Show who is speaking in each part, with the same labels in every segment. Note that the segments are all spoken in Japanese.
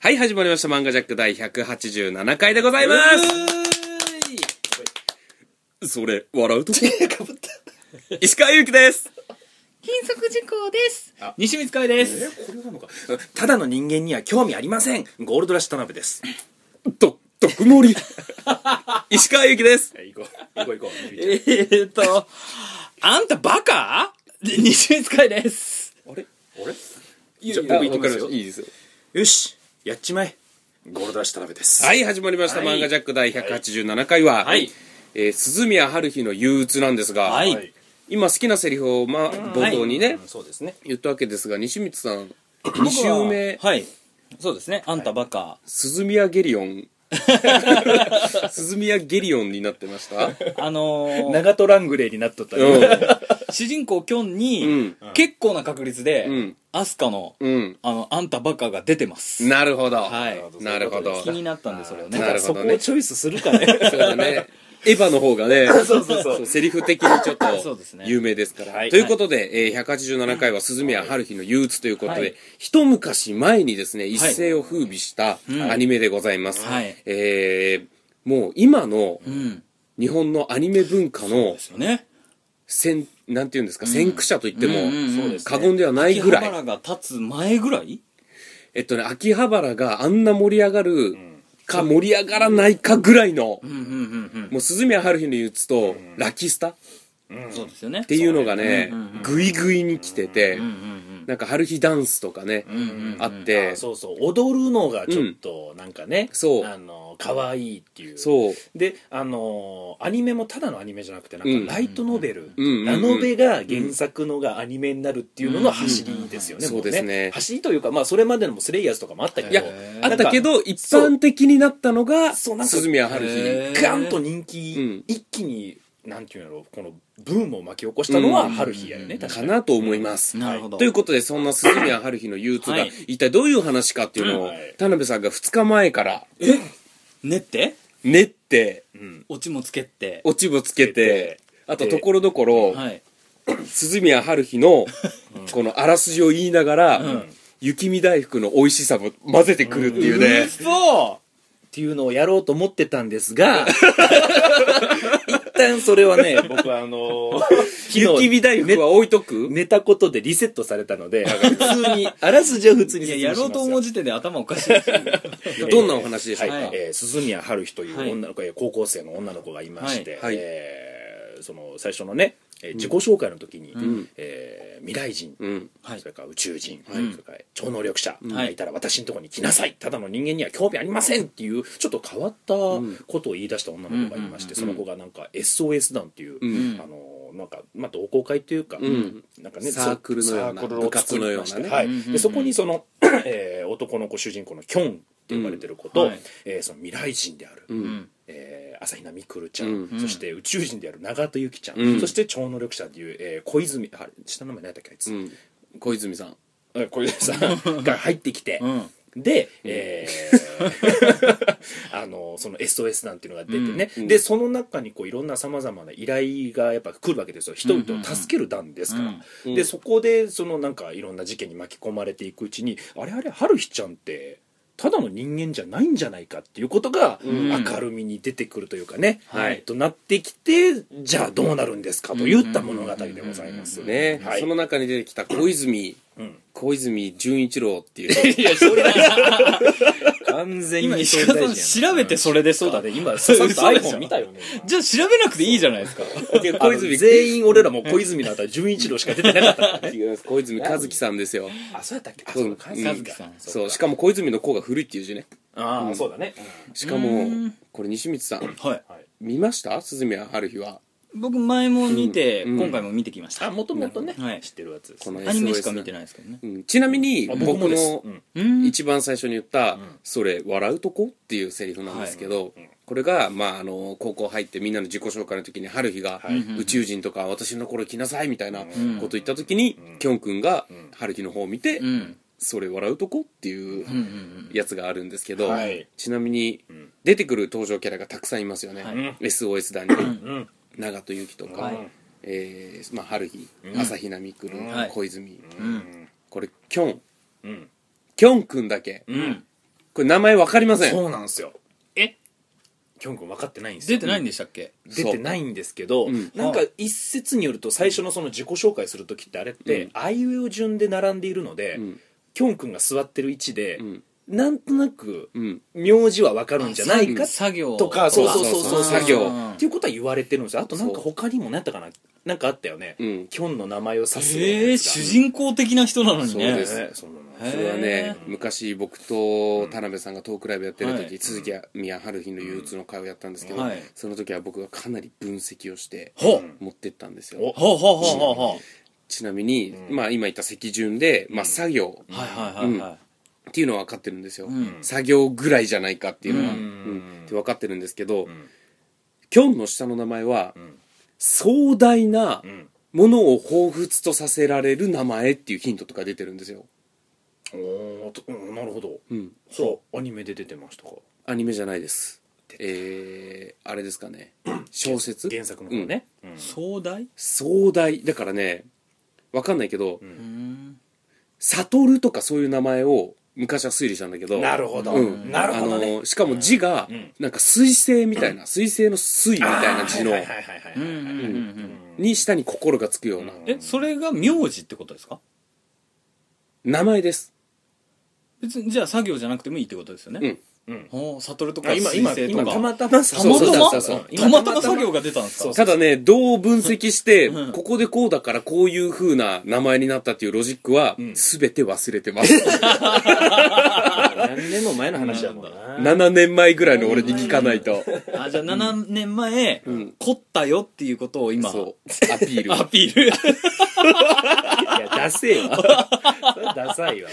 Speaker 1: はい、始まりました。漫画ジャック第187回でございま
Speaker 2: う
Speaker 1: す。それ、笑うとこ
Speaker 2: ーいかぶった
Speaker 1: 石川祐希です。
Speaker 3: 金属事項です。
Speaker 2: 西光海です
Speaker 1: これなのか。
Speaker 2: ただの人間には興味ありませんゴールドラッシュ田辺です
Speaker 1: と、とくもり。石川祐希です。
Speaker 2: 行こう行こう行こう
Speaker 4: えーっと、あんたバカで西光海です。
Speaker 1: あれ
Speaker 4: じ
Speaker 1: じゃあ、僕行ってからいいですよ。
Speaker 2: よしやっちまえゴールドラッシュ田辺です
Speaker 1: はい、始まりました。
Speaker 4: はい
Speaker 1: 漫画ジャック第187回は、
Speaker 4: はい
Speaker 1: えー鈴宮春日の憂鬱なんですが、
Speaker 4: はい
Speaker 2: はい
Speaker 1: 今好きなセリフを、まあ、冒頭にね、
Speaker 2: うんそうですね
Speaker 1: 言ったわけですが、西光さん、2週目、
Speaker 4: はい。そうですね。あんたバカ。
Speaker 1: 鈴宮ゲリオ ン。鈴宮ゲリオンになってました
Speaker 4: あのー
Speaker 2: 長戸ラングレーになっとったね
Speaker 1: う
Speaker 4: 主人公キョン
Speaker 1: うん
Speaker 4: に、結構な確率で、
Speaker 1: うん
Speaker 4: アスカの、
Speaker 1: ん。うん。
Speaker 4: あの、あんたバカが出てます。
Speaker 1: なるほど。
Speaker 4: はい
Speaker 1: なるほど。
Speaker 4: 気
Speaker 1: そう
Speaker 4: になったんで、それを
Speaker 1: なる
Speaker 4: ね。
Speaker 1: ほど
Speaker 2: そこをチョイスするかね
Speaker 1: だね。エヴァの方がね、
Speaker 2: そうそうそ
Speaker 1: そうセリフ的にちょっ
Speaker 4: そう
Speaker 1: と
Speaker 4: ですね
Speaker 1: 有名ですから。
Speaker 2: はい
Speaker 1: ということで、えー187回は鈴宮春日の憂鬱ということで、
Speaker 4: はい
Speaker 1: 一昔前にですね、一世を風靡したアニメでございます。
Speaker 4: はい
Speaker 1: えーもう今の
Speaker 4: うん。
Speaker 1: 日本のアニメ文化の
Speaker 4: ですよね。
Speaker 1: 先、なんていうんですか、先駆者と言っても
Speaker 4: うんうんうんそうです
Speaker 1: 過
Speaker 2: ね
Speaker 1: 言ではないぐ
Speaker 4: 秋
Speaker 1: ら
Speaker 4: 葉
Speaker 1: い。
Speaker 4: 原が立つ前ぐらい
Speaker 1: えっとね、秋葉原があんな盛り上がるか盛り上がらないかぐらいの、
Speaker 4: うんうんうん
Speaker 1: もう鈴宮春日の憂鬱と、ラキスタっ
Speaker 4: うん。そうですよね。
Speaker 1: ていうのがね
Speaker 4: うんうんうん、
Speaker 1: ぐいぐいに来てて
Speaker 4: うん、うん
Speaker 1: なんか春日ダンスとかね、あって、
Speaker 2: そうそう踊るのがちょっとなんかね、
Speaker 1: そう
Speaker 2: あの可愛いっていう
Speaker 1: そう、
Speaker 2: であのーアニメもただのアニメじゃなくてな
Speaker 1: うん
Speaker 2: んかライトノベル、
Speaker 1: うんうんうん
Speaker 2: ラノベが原作のがアニメになるっていうのの走りですよね、
Speaker 1: うん
Speaker 2: も
Speaker 1: そうですね
Speaker 2: 走りというか、まあ、それまでのもスレイヤーズとかもあったけど
Speaker 1: いや
Speaker 4: へ
Speaker 1: あ
Speaker 4: ー
Speaker 1: ったけ
Speaker 2: なんか
Speaker 1: ど、一般的になったのが、
Speaker 2: そうなんか
Speaker 1: 鈴宮春
Speaker 4: へ
Speaker 1: 日。
Speaker 2: ガンと人気、
Speaker 1: うん
Speaker 2: 一気になんていうんだろうこのブームを巻き起こしたの
Speaker 1: う
Speaker 2: は
Speaker 1: ん
Speaker 2: 春日やよね、確か
Speaker 1: か
Speaker 2: に
Speaker 1: なと思います。
Speaker 4: なるほど。
Speaker 1: ということで、そんな鈴宮春日の憂鬱
Speaker 4: は
Speaker 1: が
Speaker 4: い、
Speaker 1: 一体どういう話かっていうの
Speaker 2: う
Speaker 1: を
Speaker 2: んはい、
Speaker 1: 田辺さんが2日前から、
Speaker 4: 練って、
Speaker 1: 練って、
Speaker 2: うん
Speaker 4: オチもつけて、
Speaker 1: 落ちぶつけて、あと、ところどころ、
Speaker 4: はい。
Speaker 1: 鈴宮春日のこのあらすじを言いながら、
Speaker 4: ん
Speaker 1: 雪見大福の美味しさも混ぜてくるっていうね、
Speaker 4: そ
Speaker 2: っていうのをやろうと思ってたんですが一旦それはね僕はあ のー 昨
Speaker 1: 雪
Speaker 2: 日
Speaker 1: 見大福は置いとく、
Speaker 2: 寝たことでリセットされたの で普通にあらすじは普通
Speaker 4: う
Speaker 2: に
Speaker 4: い
Speaker 2: 説
Speaker 4: や、
Speaker 2: 明
Speaker 4: やろうと思う
Speaker 2: し
Speaker 4: 時点で頭おかしい ですよ。
Speaker 2: ますよ
Speaker 1: どんなお話でしょうか、
Speaker 2: はいえー鈴宮春日という
Speaker 4: はい
Speaker 2: 女の子、えー高校生の女の子がいまして、
Speaker 1: はいはい
Speaker 2: えーその最初のね、えー自己紹介の時に、
Speaker 1: ん
Speaker 2: えー未来人、
Speaker 1: うん
Speaker 4: はい
Speaker 2: それから宇宙人、
Speaker 4: い
Speaker 2: それから超能力者が
Speaker 4: はい
Speaker 2: いたら私のところに来なさい、ただの人間には興味ありませんっていうちょっと変わったことを言い出した女の子がいまして、
Speaker 1: うんうんうん
Speaker 2: その子がなんか SOS 団っていう、
Speaker 1: うん
Speaker 2: あのーなんか、まあ、同好会というか、
Speaker 1: ん
Speaker 2: なんかね
Speaker 1: サークルのような
Speaker 2: サークルを作りまして
Speaker 1: 部活のようなね
Speaker 2: はい
Speaker 4: うんうんうん
Speaker 2: でそこにその、 えー男の子主人公のキョンって呼ばれてる子と、
Speaker 4: うんはい
Speaker 2: えーその未来人である、
Speaker 1: う
Speaker 4: うんん。
Speaker 2: えー朝比奈みくるちゃん、
Speaker 1: うん
Speaker 2: そして宇宙人である長戸ゆきちゃん、
Speaker 1: うん
Speaker 2: そして超能力者でいう、えー小泉あれ下の名前何だったっけあいつ、
Speaker 1: うん小泉さん
Speaker 2: え小泉さ んが入ってきて、
Speaker 4: うん。
Speaker 2: で、え ーあのその SOS なんていうのが出てね、
Speaker 1: うん
Speaker 2: でその中にこういろんなさまざまな依頼がやっぱ来るわけですよ人々を助ける団ですから、
Speaker 1: うん
Speaker 2: でそこでそのなんかいろんな事件に巻き込まれていくうちにあれあれ春日ちゃんってただの人間じゃないんじゃないかっていうことが
Speaker 4: ん
Speaker 2: 明るみに出てくるというかね、
Speaker 1: はい
Speaker 2: となってきてじゃあどうなるんですかといった物語でございます
Speaker 1: ね、
Speaker 2: はい
Speaker 1: その中に出てきた小泉、
Speaker 2: うん
Speaker 1: 小泉純一郎っていう
Speaker 2: いやそれ完全
Speaker 4: 今、
Speaker 2: に
Speaker 4: 石川
Speaker 2: 総理大臣やな
Speaker 4: さん調べてそれで
Speaker 2: そ
Speaker 4: そう
Speaker 2: うだ
Speaker 4: だ
Speaker 2: ね
Speaker 4: ね。
Speaker 2: 今 さっと
Speaker 4: 嘘でし
Speaker 2: iPhone
Speaker 4: ょ
Speaker 2: 見たよね今
Speaker 4: じゃあ調べなくていいじゃないですか。
Speaker 1: 小泉
Speaker 2: 全員俺らも小泉のあたり純一郎しか出てなかったからね
Speaker 1: 違います小泉和樹さんですよ
Speaker 2: あそうやったっけあ
Speaker 1: そう
Speaker 2: か
Speaker 1: うん
Speaker 4: 和樹さん
Speaker 2: そ
Speaker 1: そうう
Speaker 2: か
Speaker 1: しかも小泉の子が古いっていう字ね
Speaker 2: ああそうだね
Speaker 1: しかも
Speaker 4: うん
Speaker 1: これ西光さん
Speaker 4: はい。
Speaker 1: 見ました鈴宮春日は
Speaker 4: 僕、前も見て、
Speaker 1: うん
Speaker 4: 今回も見てきました。
Speaker 2: もともとね
Speaker 4: はい
Speaker 2: 知ってるやつです
Speaker 1: この
Speaker 4: アニメしか見
Speaker 1: な
Speaker 4: て
Speaker 1: い、
Speaker 4: ないですけどね。
Speaker 1: うんちなみに
Speaker 2: あ
Speaker 1: 僕
Speaker 2: 僕もです
Speaker 1: の
Speaker 2: うん
Speaker 4: うん。
Speaker 1: 一番最初に言った「それ笑うとこ?」っていうセリフなんですけど、これが、まあ、あの高校入ってみんなの自己紹介の時に春日が、
Speaker 2: はい
Speaker 1: 宇宙人とか私の頃来なさい」みたいなこと言った時に、きょんくんが春日の方を見て「
Speaker 4: うん。
Speaker 1: それ笑うとこ?」っていう
Speaker 4: うんうんうん。
Speaker 1: やつがあるんですけど、
Speaker 2: はい
Speaker 1: ちなみに
Speaker 2: ん
Speaker 1: 出てくる登場キャラがたくさんいますよね、
Speaker 4: はい
Speaker 1: SOS 団に
Speaker 2: うん
Speaker 1: 長戸ゆきとか、
Speaker 4: はい
Speaker 1: えーまあ、春日、朝比奈未来、
Speaker 4: はい
Speaker 1: 小泉、
Speaker 2: うん
Speaker 1: これきょん
Speaker 2: うん
Speaker 1: きょんくんだけ、
Speaker 2: うん
Speaker 1: これ名前わかりません
Speaker 2: そうなんですよ
Speaker 4: え
Speaker 2: きょんくん分かってないんですよ
Speaker 4: 出てないんでしたっけ
Speaker 2: 出てないんですけど、
Speaker 1: うん
Speaker 2: なんか一説によると最初のその自己紹介する時ってあれって、
Speaker 1: うん
Speaker 2: あいうえお順で並んでいるので、
Speaker 1: うん
Speaker 2: きょんくんが座ってる位置で、
Speaker 1: うん
Speaker 2: なんとなく
Speaker 1: うん
Speaker 2: 名字は分かるんじゃないか
Speaker 4: あ作業
Speaker 2: とかそうそうそうそう
Speaker 1: 作業
Speaker 4: うん
Speaker 2: っていうことは言われてるんですよあとなんか
Speaker 1: そ
Speaker 2: 他にも何やったかななんかあったよね、
Speaker 1: うん
Speaker 2: きょんの名前を指すような
Speaker 4: ええ
Speaker 2: や
Speaker 4: ー、
Speaker 2: つが
Speaker 4: 主人公的な人なのにね
Speaker 1: そうです
Speaker 2: ねそうな
Speaker 4: へ
Speaker 2: の
Speaker 4: ー
Speaker 1: それはね
Speaker 4: へ
Speaker 1: 昔僕と田辺さんがトークライブやってる時、
Speaker 4: はい
Speaker 1: 鈴木宮春日の憂鬱の会をやったんですけど、
Speaker 4: はい
Speaker 1: その時は僕がかなり分析をして
Speaker 4: ほう
Speaker 1: 持ってったんですよ
Speaker 2: お
Speaker 4: ほうほうほうほうほ
Speaker 1: ちなみに、
Speaker 2: うん
Speaker 1: まあ今言った席順で、まあ、作業
Speaker 4: うはいはいはいはい
Speaker 1: っていうのは分かってるんですよ、
Speaker 4: うん
Speaker 1: 作業ぐらいじゃないかっていうのは、
Speaker 4: うん
Speaker 1: うんって分かってるんですけど、
Speaker 2: ん
Speaker 1: キョンの下の名前は、
Speaker 2: ん
Speaker 1: 壮大な
Speaker 2: うん
Speaker 1: ものを彷彿とさせられる名前っていうヒントとか出てるんですよ、
Speaker 2: おーとうんなるほど
Speaker 1: うん、
Speaker 2: そうアニメで出てましたか
Speaker 1: アニメじゃないですえー、あれですかね小説
Speaker 2: 原作の方ね、うん
Speaker 4: 壮大
Speaker 1: 壮大だからね分かんないけど、
Speaker 4: う
Speaker 2: ん
Speaker 4: ん
Speaker 1: 悟とかそういう名前を昔は推理したんだけど
Speaker 2: なるほど、
Speaker 1: うん
Speaker 2: なるほど
Speaker 1: あ
Speaker 2: ね
Speaker 1: のしかも字が、
Speaker 2: うん
Speaker 1: なんか水星みたいな、水星の水みたいな字の、
Speaker 2: はいはいはいはいはい
Speaker 4: うん
Speaker 2: は
Speaker 4: う
Speaker 2: い
Speaker 4: んうんうん
Speaker 1: に下に心がつくような、
Speaker 2: うん
Speaker 4: えそれが名字ってことですか
Speaker 1: 名前です、
Speaker 4: 別にじゃあ作業じゃなくてもいいってことですよね、
Speaker 1: うん
Speaker 2: うん
Speaker 4: ほう悟ると
Speaker 2: あ
Speaker 4: か
Speaker 2: 今
Speaker 4: 水
Speaker 2: 今
Speaker 4: 星と
Speaker 2: 今
Speaker 4: か
Speaker 2: たまたま
Speaker 4: たま
Speaker 1: そう
Speaker 4: たま
Speaker 1: そうそうそう
Speaker 2: うん
Speaker 4: たまたま作業が出たんです
Speaker 2: そ
Speaker 4: か
Speaker 2: う
Speaker 1: ただねどう分析して、
Speaker 4: うん
Speaker 1: ここでこうだからこういう風な名前になったっていうロジックは、
Speaker 2: ん
Speaker 1: 全て忘れてます
Speaker 2: 何年も前の話だもんな
Speaker 1: 7年前ぐらいの俺に聞かないと、
Speaker 4: あじゃあ7年前、
Speaker 1: ん
Speaker 4: 凝ったよっていうことを今
Speaker 1: そうア ピール
Speaker 4: アピール
Speaker 2: いやダセえわそれダサいわ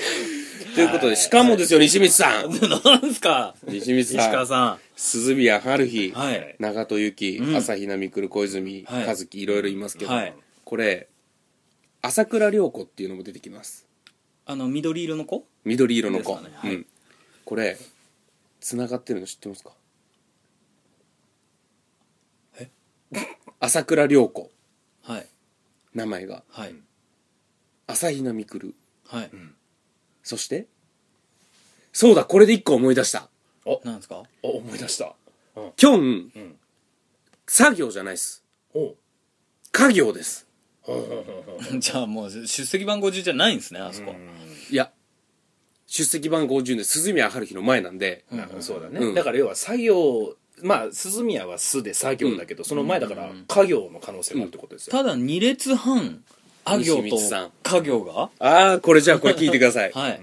Speaker 1: ということでしかもですよ西光さん
Speaker 4: なんですか
Speaker 1: 西光
Speaker 4: 石
Speaker 1: さ
Speaker 4: 川
Speaker 1: ん
Speaker 4: さ
Speaker 1: 鈴宮春日、
Speaker 4: んはい
Speaker 1: 長戸由紀、
Speaker 4: うん
Speaker 1: 朝比奈未来小泉、
Speaker 4: はい
Speaker 1: 和樹いろいろいますけど、
Speaker 4: はい
Speaker 1: これ朝倉涼子っていうのも出てきます
Speaker 4: あの緑色の子
Speaker 1: 緑色の子、
Speaker 4: ですかねはい
Speaker 1: うん、これつながってるの知ってますかえ朝倉涼子
Speaker 4: はい
Speaker 1: 名前が
Speaker 4: はい
Speaker 1: 朝比奈未来
Speaker 4: はい、
Speaker 1: そしてそうだこれで一個思い出した
Speaker 4: なんですか
Speaker 2: お思い出した
Speaker 1: キョン、
Speaker 2: ん
Speaker 1: 作業じゃないです
Speaker 2: おう
Speaker 1: 家業です
Speaker 2: ほうほうほうほう
Speaker 4: じゃあもう出席番号中じゃないんですねあそこ、
Speaker 1: いや出席番号順で鈴宮春日の前なんで、
Speaker 2: なるほどそうだ
Speaker 1: うん
Speaker 2: ねだから要は作業まあ鈴宮は「す」で作業だけどその前だから家業の可能性もあるってことですよ
Speaker 4: ただ2列半あ行
Speaker 1: 西
Speaker 4: と
Speaker 1: 光さん
Speaker 4: 家業が
Speaker 1: ああこれじゃあこれ聞いてください、
Speaker 4: はい、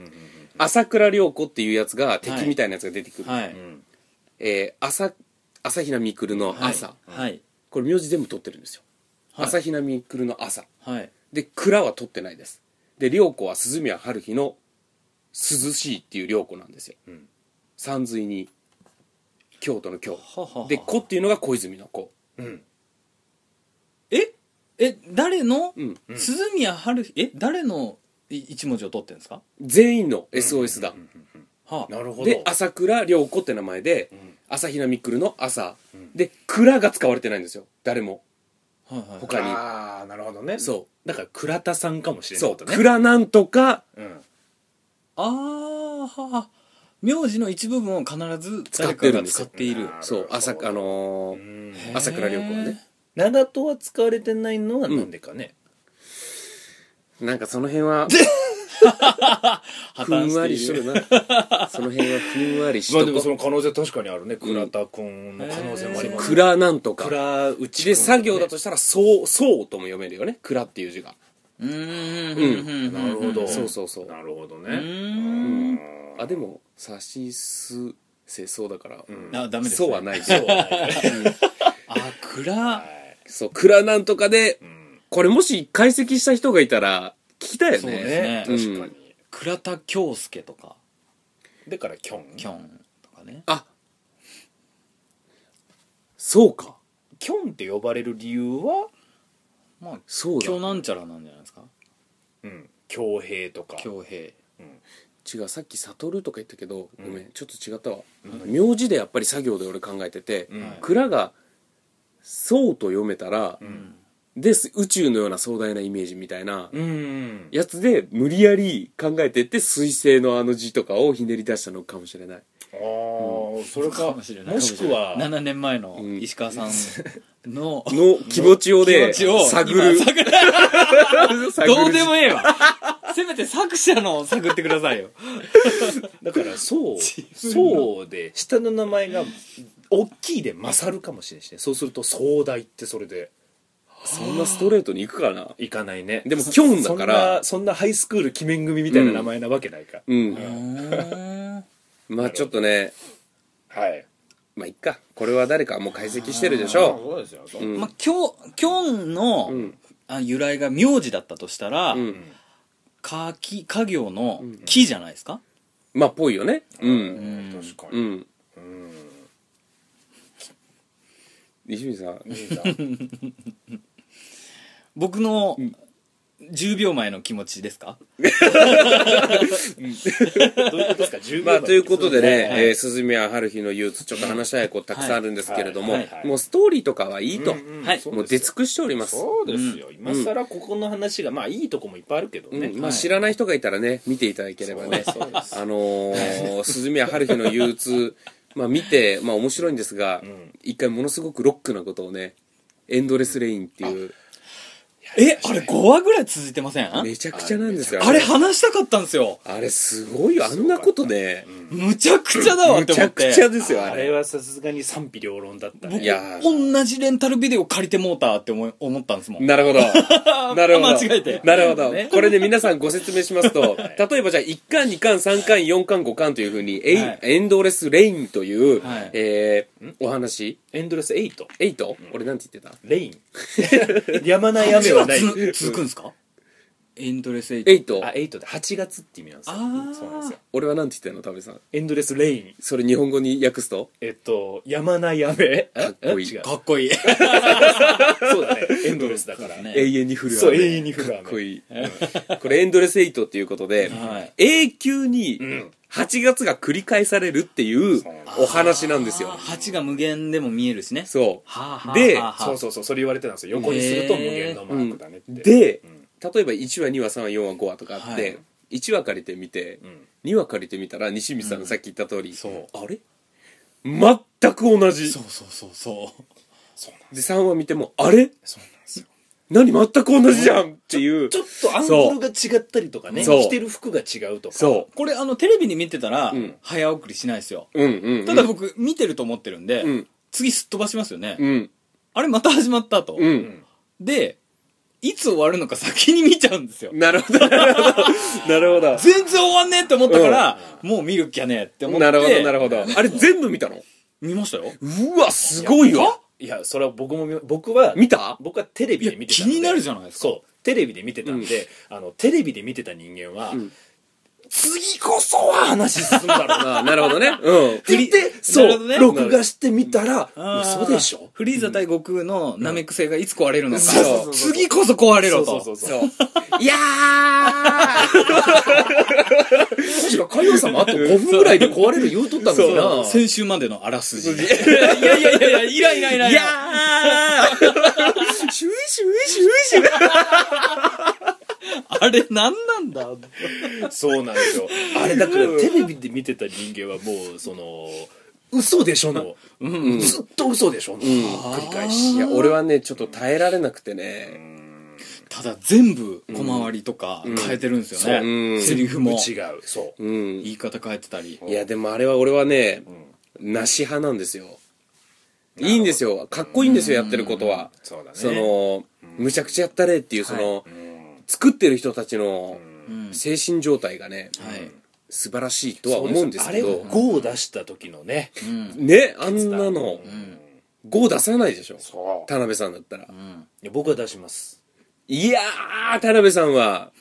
Speaker 1: 朝倉涼子っていうやつが敵みたいなやつが出てくる、
Speaker 4: はい、
Speaker 2: うん
Speaker 1: えー朝朝比奈未来の朝、
Speaker 4: はい
Speaker 1: これ名字全部取ってるんですよ、
Speaker 4: はい
Speaker 1: 朝比奈未来の朝
Speaker 4: はい
Speaker 1: で蔵は取ってないですで涼子は鈴宮春日の涼しいっていう涼子なんですよ、
Speaker 2: ん
Speaker 1: 山水に京都の京
Speaker 4: ははは
Speaker 1: で子っていうのが小泉の子
Speaker 2: うん
Speaker 4: ええ誰の、
Speaker 1: うん
Speaker 4: 鈴宮春日え誰のい一文字を取ってるんですか
Speaker 1: 全員の SOS だ、
Speaker 4: はあ
Speaker 2: なるほ
Speaker 1: で
Speaker 2: ど
Speaker 1: 朝倉涼子って名前で、朝比奈未来の朝、で蔵が使われてないんですよ誰も
Speaker 4: はいはい
Speaker 1: 他に
Speaker 2: ああなるほどね
Speaker 1: そ
Speaker 2: だから倉田さんかもしれない
Speaker 1: そう
Speaker 2: ことね
Speaker 1: 蔵なんとか
Speaker 2: うん
Speaker 4: あーはは名字の一部分を必ず
Speaker 1: 使っ
Speaker 4: 誰
Speaker 1: て
Speaker 4: か
Speaker 1: るん
Speaker 4: が
Speaker 1: です
Speaker 4: 使
Speaker 1: よ
Speaker 4: っている
Speaker 2: なるほど
Speaker 1: そう朝あのー
Speaker 2: うん
Speaker 4: へー
Speaker 1: 朝倉涼子はね
Speaker 2: 長門は使われてないのはなんでかね
Speaker 1: なんかその辺は
Speaker 4: 破
Speaker 1: ふ
Speaker 4: 綻
Speaker 1: んわり
Speaker 4: し
Speaker 1: して
Speaker 4: い
Speaker 1: る
Speaker 4: る
Speaker 1: なその辺はふんわりし
Speaker 2: まあ
Speaker 1: と
Speaker 2: でもそ
Speaker 1: こ
Speaker 2: の可能性確かにあるね倉田君の可能性もあります
Speaker 1: 蔵なんとか
Speaker 2: 蔵うち
Speaker 1: で作業だとしたらそうそうとも読めるよね蔵っていう字が
Speaker 4: うーん
Speaker 1: うん
Speaker 4: うん
Speaker 2: なるほど
Speaker 1: そうそうそう
Speaker 2: なるほど
Speaker 4: う
Speaker 2: ね
Speaker 4: ーん
Speaker 1: あでもさしすせそうだから、
Speaker 4: あダメです
Speaker 1: そ
Speaker 4: ね
Speaker 1: うはない そう
Speaker 4: あ蔵
Speaker 1: そう蔵なんとかで、これもし解析した人がいたら聞きたいよね
Speaker 4: そうね
Speaker 2: ね
Speaker 1: うん
Speaker 2: 確かに
Speaker 4: 倉田恭介とか
Speaker 2: だからキョン
Speaker 4: キョンとかね
Speaker 1: あそうか
Speaker 2: キョンって呼ばれる理由は
Speaker 4: まあ
Speaker 1: そうだ
Speaker 4: 京なんちゃらなんじゃないですか
Speaker 2: うん強兵とか
Speaker 4: 京平
Speaker 1: 違うさっき「悟る」とか言ったけど、ごめんちょっと違ったわ、名字でやっぱり作業で俺考えてて、
Speaker 2: ん
Speaker 1: 蔵が「そう」と読めたら、
Speaker 2: ん
Speaker 1: です宇宙のような壮大なイメージみたいな
Speaker 2: うん
Speaker 1: やつで無理やり考えてって彗星のあの字とかをひねり出したのかもしれない
Speaker 2: ああそれか
Speaker 4: かもしれない
Speaker 2: もしくは
Speaker 4: 7年前の
Speaker 1: ん
Speaker 4: 石川さんの
Speaker 1: の気持ちをね、
Speaker 4: 気持ちを
Speaker 1: 探る。
Speaker 4: 今探る
Speaker 1: 探る
Speaker 4: どうでもええわせめて作者のを探ってくださいよ
Speaker 2: だか らそうそうで下の名前が大きいで勝るかもしれないしねそうすると壮大ってそれで
Speaker 1: そんなストレートに行くかない
Speaker 2: かないね
Speaker 1: でもキョンだから
Speaker 2: そんなそんなハイスクール鬼面組みたいな名前なわけないか、
Speaker 1: うん。まあちょっとね、
Speaker 2: はい
Speaker 1: まあいっか。これは誰かもう解析してるでしょ。
Speaker 2: そうですよ、
Speaker 1: うん
Speaker 4: まあ、きょきょんの、
Speaker 1: ん
Speaker 4: あ由来が名字だったとしたら、
Speaker 1: うん。
Speaker 4: かき家業の木じゃないですか、
Speaker 1: まあぽいよね。うん。
Speaker 2: ん、確か
Speaker 1: う
Speaker 2: に、
Speaker 1: ん。西水さん、
Speaker 2: いいな
Speaker 4: 僕の10秒前の気持ちですか、
Speaker 2: どういうことですか10
Speaker 1: まあ、ということでね、
Speaker 4: はい
Speaker 1: えー鈴宮春日の憂鬱、ちょっと話したいことたくさんあるんですけれども、
Speaker 2: はいはいはい
Speaker 1: もうストーリーとかはいいと、
Speaker 4: はい
Speaker 1: もう出尽くしております。
Speaker 2: そうですよ今更ここの話がまあいいとこもいっぱいあるけど
Speaker 1: うん
Speaker 2: ね、
Speaker 1: まあ、知らない人がいたらね、見ていただければね、
Speaker 2: そうで
Speaker 1: あのー、鈴宮春日の憂鬱、まあ見て、まあ面白いんですが、
Speaker 2: ん
Speaker 1: 一回ものすごくロックなことをね、エンドレスレインっていう、
Speaker 4: えあれ5話ぐらい続いてませんあ
Speaker 1: めちゃくちゃなんですよ。
Speaker 4: れ話したかったんですよ
Speaker 1: あれすごいよ、あんなことね、
Speaker 4: むちゃくちゃだわっ
Speaker 1: む
Speaker 4: て
Speaker 1: ち
Speaker 4: 思っ
Speaker 1: ゃく
Speaker 4: て
Speaker 1: ちゃですよ、あ
Speaker 2: あれ
Speaker 1: れ。
Speaker 2: はさすがに賛否両論だった
Speaker 4: 僕
Speaker 1: い
Speaker 2: ね
Speaker 1: やー
Speaker 4: 同じレンタルビデオ借りてもうたって思い思ったんですもん
Speaker 1: なるほど。なるほど。
Speaker 4: 間違えて
Speaker 1: なるほど
Speaker 4: ね。
Speaker 1: これね、皆さんご説明しますと、例えばじゃあ1巻、2巻、3巻、4巻、5巻というふうに、エイ
Speaker 4: はい
Speaker 1: エンドレスレインという、
Speaker 4: はい
Speaker 1: えーお話、
Speaker 2: エンドレス8
Speaker 1: 8? 俺なんて言ってた
Speaker 2: レイン やまない雨
Speaker 4: 8
Speaker 2: は
Speaker 4: 話
Speaker 2: ない
Speaker 4: つ続くんですかエンドレスエイト
Speaker 1: ?8?
Speaker 2: あ8で8月って意味なんですよ
Speaker 4: あー
Speaker 2: そうなんですよ
Speaker 1: 俺はなんて言ってんの田部さん
Speaker 2: エンドレスレイン
Speaker 1: それ日本語に訳すと
Speaker 2: えっとやまない雨
Speaker 1: かっこいい
Speaker 2: え違う
Speaker 4: かっこいい
Speaker 2: そうだねエンドレスだから
Speaker 4: ね
Speaker 1: 永遠に降る雨
Speaker 2: そう永遠に降る雨
Speaker 1: かっこいいこれエンドレスエイトっていうことで、
Speaker 4: はい
Speaker 1: 永久に
Speaker 2: ん
Speaker 1: 8月が繰り返されるっていう
Speaker 2: そうなん
Speaker 1: お話なんですよ
Speaker 4: 8が無限でも見えるしね
Speaker 1: そ
Speaker 4: はあはあ
Speaker 1: で
Speaker 4: はあはあ
Speaker 2: そうそうそうそれ言われてたんですよ横にすると無限のマークだねって
Speaker 1: うで、
Speaker 2: ん
Speaker 1: 例えば1話2話3話4話5話とかあって、
Speaker 4: はい
Speaker 1: 1話借りてみて、
Speaker 2: ん
Speaker 1: 2話借りてみたら西見さんのさっき言った通り、
Speaker 4: そう
Speaker 1: あれ全く同じ
Speaker 4: そうそうそうそう
Speaker 2: そうなん
Speaker 1: で3話見てもあれ
Speaker 2: そうなんですよ
Speaker 1: 何全く同じじゃんっていう
Speaker 2: ちょっとアングルが違ったりとかね
Speaker 1: そう
Speaker 2: 着てる服が違うとか
Speaker 1: そ
Speaker 4: これあのテレビで見てたら、
Speaker 1: ん
Speaker 4: 早送りしないですよ
Speaker 1: ううんうん、うん、
Speaker 4: ただ僕見てると思ってるんで、
Speaker 1: うん
Speaker 4: 次すっ飛ばしますよね、
Speaker 1: うん
Speaker 4: あれまた始まったと、
Speaker 1: うん。
Speaker 4: でいつ終わるのか先に見ちゃうんですよ
Speaker 1: なるほど、なる ほど。なるほど。
Speaker 4: 全然終わんねえって思ったから、もう見るっきゃねえって思って
Speaker 1: なるほど、なるほど。あれ全部見たの
Speaker 4: 見ましたよ
Speaker 1: うわ、すごいわ。
Speaker 2: いやそれは僕も見僕は
Speaker 1: 見た
Speaker 2: 僕はテレビで見てた
Speaker 4: い
Speaker 2: ん
Speaker 4: や気になるじゃないですか
Speaker 2: そうテレビで見てたんで、あのテレビで見てた人間は、次こそは話進むだろう なっ
Speaker 1: あなるほどね。うん。
Speaker 2: て言って
Speaker 4: なる
Speaker 2: そ
Speaker 4: ほ
Speaker 2: う、
Speaker 4: どね
Speaker 2: 録画してみたら
Speaker 4: あー
Speaker 2: 嘘でしょ
Speaker 4: フリーザ対悟空のナメック星がいつ壊れるのか、
Speaker 1: そうそうそう
Speaker 2: そう
Speaker 4: 次こそ壊れろと
Speaker 2: そうそうそう
Speaker 1: そう。いやー
Speaker 2: 確か海洋様あと5分ぐらいで壊れる言うとったんですよな
Speaker 4: 先週までのあらすじいやいやいやいやいらいらいら
Speaker 1: いやーシュイシュイシュイシュイ
Speaker 4: あれ何なんだ
Speaker 2: そうな んですよあれだからテレビで見てた人間はもうその嘘でしょの、ずっと嘘でしょの、繰り返し
Speaker 1: いや、俺はね、ちょっと耐えられなくてね。
Speaker 4: ただ全部小回りとか変えてるんですよね、
Speaker 1: うん
Speaker 4: セリフも
Speaker 2: 違うそう
Speaker 1: うん。
Speaker 4: 言い方変えてたり
Speaker 1: いや、でもあれは俺はね、なし派なんですよ。いいんですよ。かっこいいんですよ、やってることは。
Speaker 2: そうだね
Speaker 1: その、むちゃくちゃやったれっていう、その、
Speaker 2: うん
Speaker 1: 作ってる人たちの
Speaker 4: ん
Speaker 1: 精神状態がね、
Speaker 4: はい
Speaker 1: 素晴らしいとは思うんですけ
Speaker 2: あれを
Speaker 1: ど、
Speaker 2: 5を出した時のね、
Speaker 1: ね、あんなの、5出さないでしょ。
Speaker 2: そう
Speaker 1: 田辺さんだったら。
Speaker 2: いや僕は出します
Speaker 1: いやー、田辺さんは、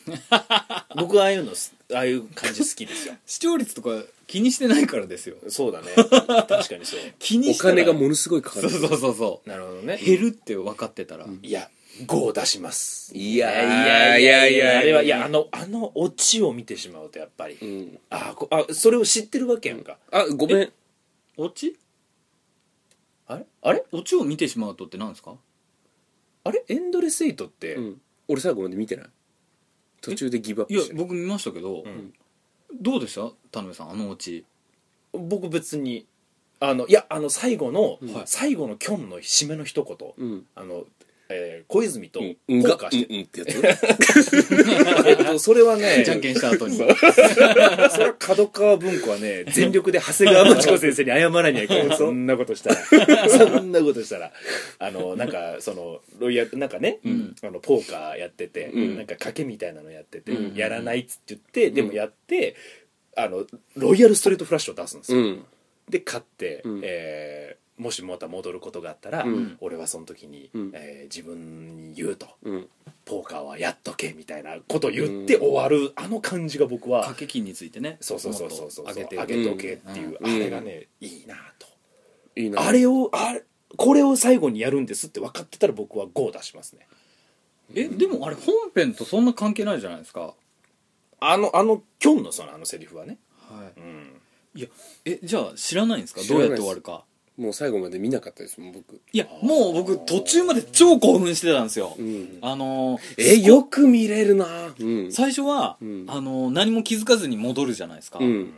Speaker 2: 僕はああいうのすああいう感じ好きですよ
Speaker 4: 視聴率とか気にしてないからですよ
Speaker 2: そうだね確かにそう
Speaker 4: 気に
Speaker 1: お
Speaker 4: したら
Speaker 1: 金がものすごいかか
Speaker 4: そ
Speaker 1: る。
Speaker 4: うそうそうそう
Speaker 2: なるほどね
Speaker 4: 減るって分かってたら、
Speaker 2: いや5を出します
Speaker 1: いやいやいやいや
Speaker 2: あれはいやあのあのオチを見てしまうとやっぱり、
Speaker 1: ん
Speaker 2: あこあそれを知ってるわけやんか、
Speaker 1: あ、ごめん。
Speaker 4: オチ
Speaker 2: あれあれ
Speaker 4: オチを見てしまうとって何ですか
Speaker 2: あれエンドレスエイトって、
Speaker 1: うん俺最後まで見てない途中でギブアップ
Speaker 4: いや
Speaker 1: してる。
Speaker 4: 僕見ましたけど、
Speaker 2: ん
Speaker 4: どうでした田辺さんあのオチ
Speaker 2: 僕別にあのいやあの最後の、
Speaker 4: はい
Speaker 2: 最後のキョンの締めの一言、
Speaker 1: うん
Speaker 2: あの、えー小泉と
Speaker 1: うんうん
Speaker 2: 交
Speaker 1: が
Speaker 2: 換
Speaker 1: うん
Speaker 2: して、
Speaker 1: うんってやつ
Speaker 2: えっとそれはね
Speaker 4: じゃんけんした後に。
Speaker 2: それは角川文庫はね全力で長谷川町子先生に謝らにゃい けないそんなことしたら そんなことしたらあのなんかそのロイヤルなんかね、
Speaker 4: ん
Speaker 2: あのポーカーやってて、
Speaker 1: うん
Speaker 2: なんか賭けみたいなのやってて、
Speaker 4: うん
Speaker 2: やらないっつって言ってでもやってあのロイヤルストレートフラッシュを出すんですよ、
Speaker 1: うん
Speaker 2: で勝って、
Speaker 1: うん
Speaker 2: えーもしまた戻ることがあったら、
Speaker 1: うん
Speaker 2: 俺はその時に、
Speaker 1: うん
Speaker 2: えー自分に言うと
Speaker 1: うん
Speaker 2: ポーカーはやっとけみたいなことを言って終わる、あの感じが僕は
Speaker 4: 掛け金についてね。
Speaker 2: そうそうそうそうそう
Speaker 4: もっと上げて
Speaker 2: 上げとけっていう、
Speaker 1: うん
Speaker 2: あれがね、いいなと、
Speaker 1: いいな
Speaker 2: あれをあれこれを最後にやるんですって分かってたら僕は5出しますね
Speaker 4: え、でもあれ本編とそんな関係ないじゃないですか。
Speaker 2: あのあのキョンのそのあのセリフはね
Speaker 4: は
Speaker 2: うん
Speaker 4: い。いや、え、じゃあ知らないんですか
Speaker 1: 知
Speaker 4: ど
Speaker 1: ら
Speaker 4: う
Speaker 1: な
Speaker 4: や
Speaker 1: いです
Speaker 4: って終わるか。
Speaker 1: もう最後まで見なかったですもん僕
Speaker 4: いや、もう僕途中まで超興奮してたんですよ。
Speaker 1: うん
Speaker 4: あのー、
Speaker 1: えよく見れるなうん
Speaker 4: 最初は、
Speaker 1: うん
Speaker 4: あのー何も気づかずに戻るじゃないですか。
Speaker 1: うん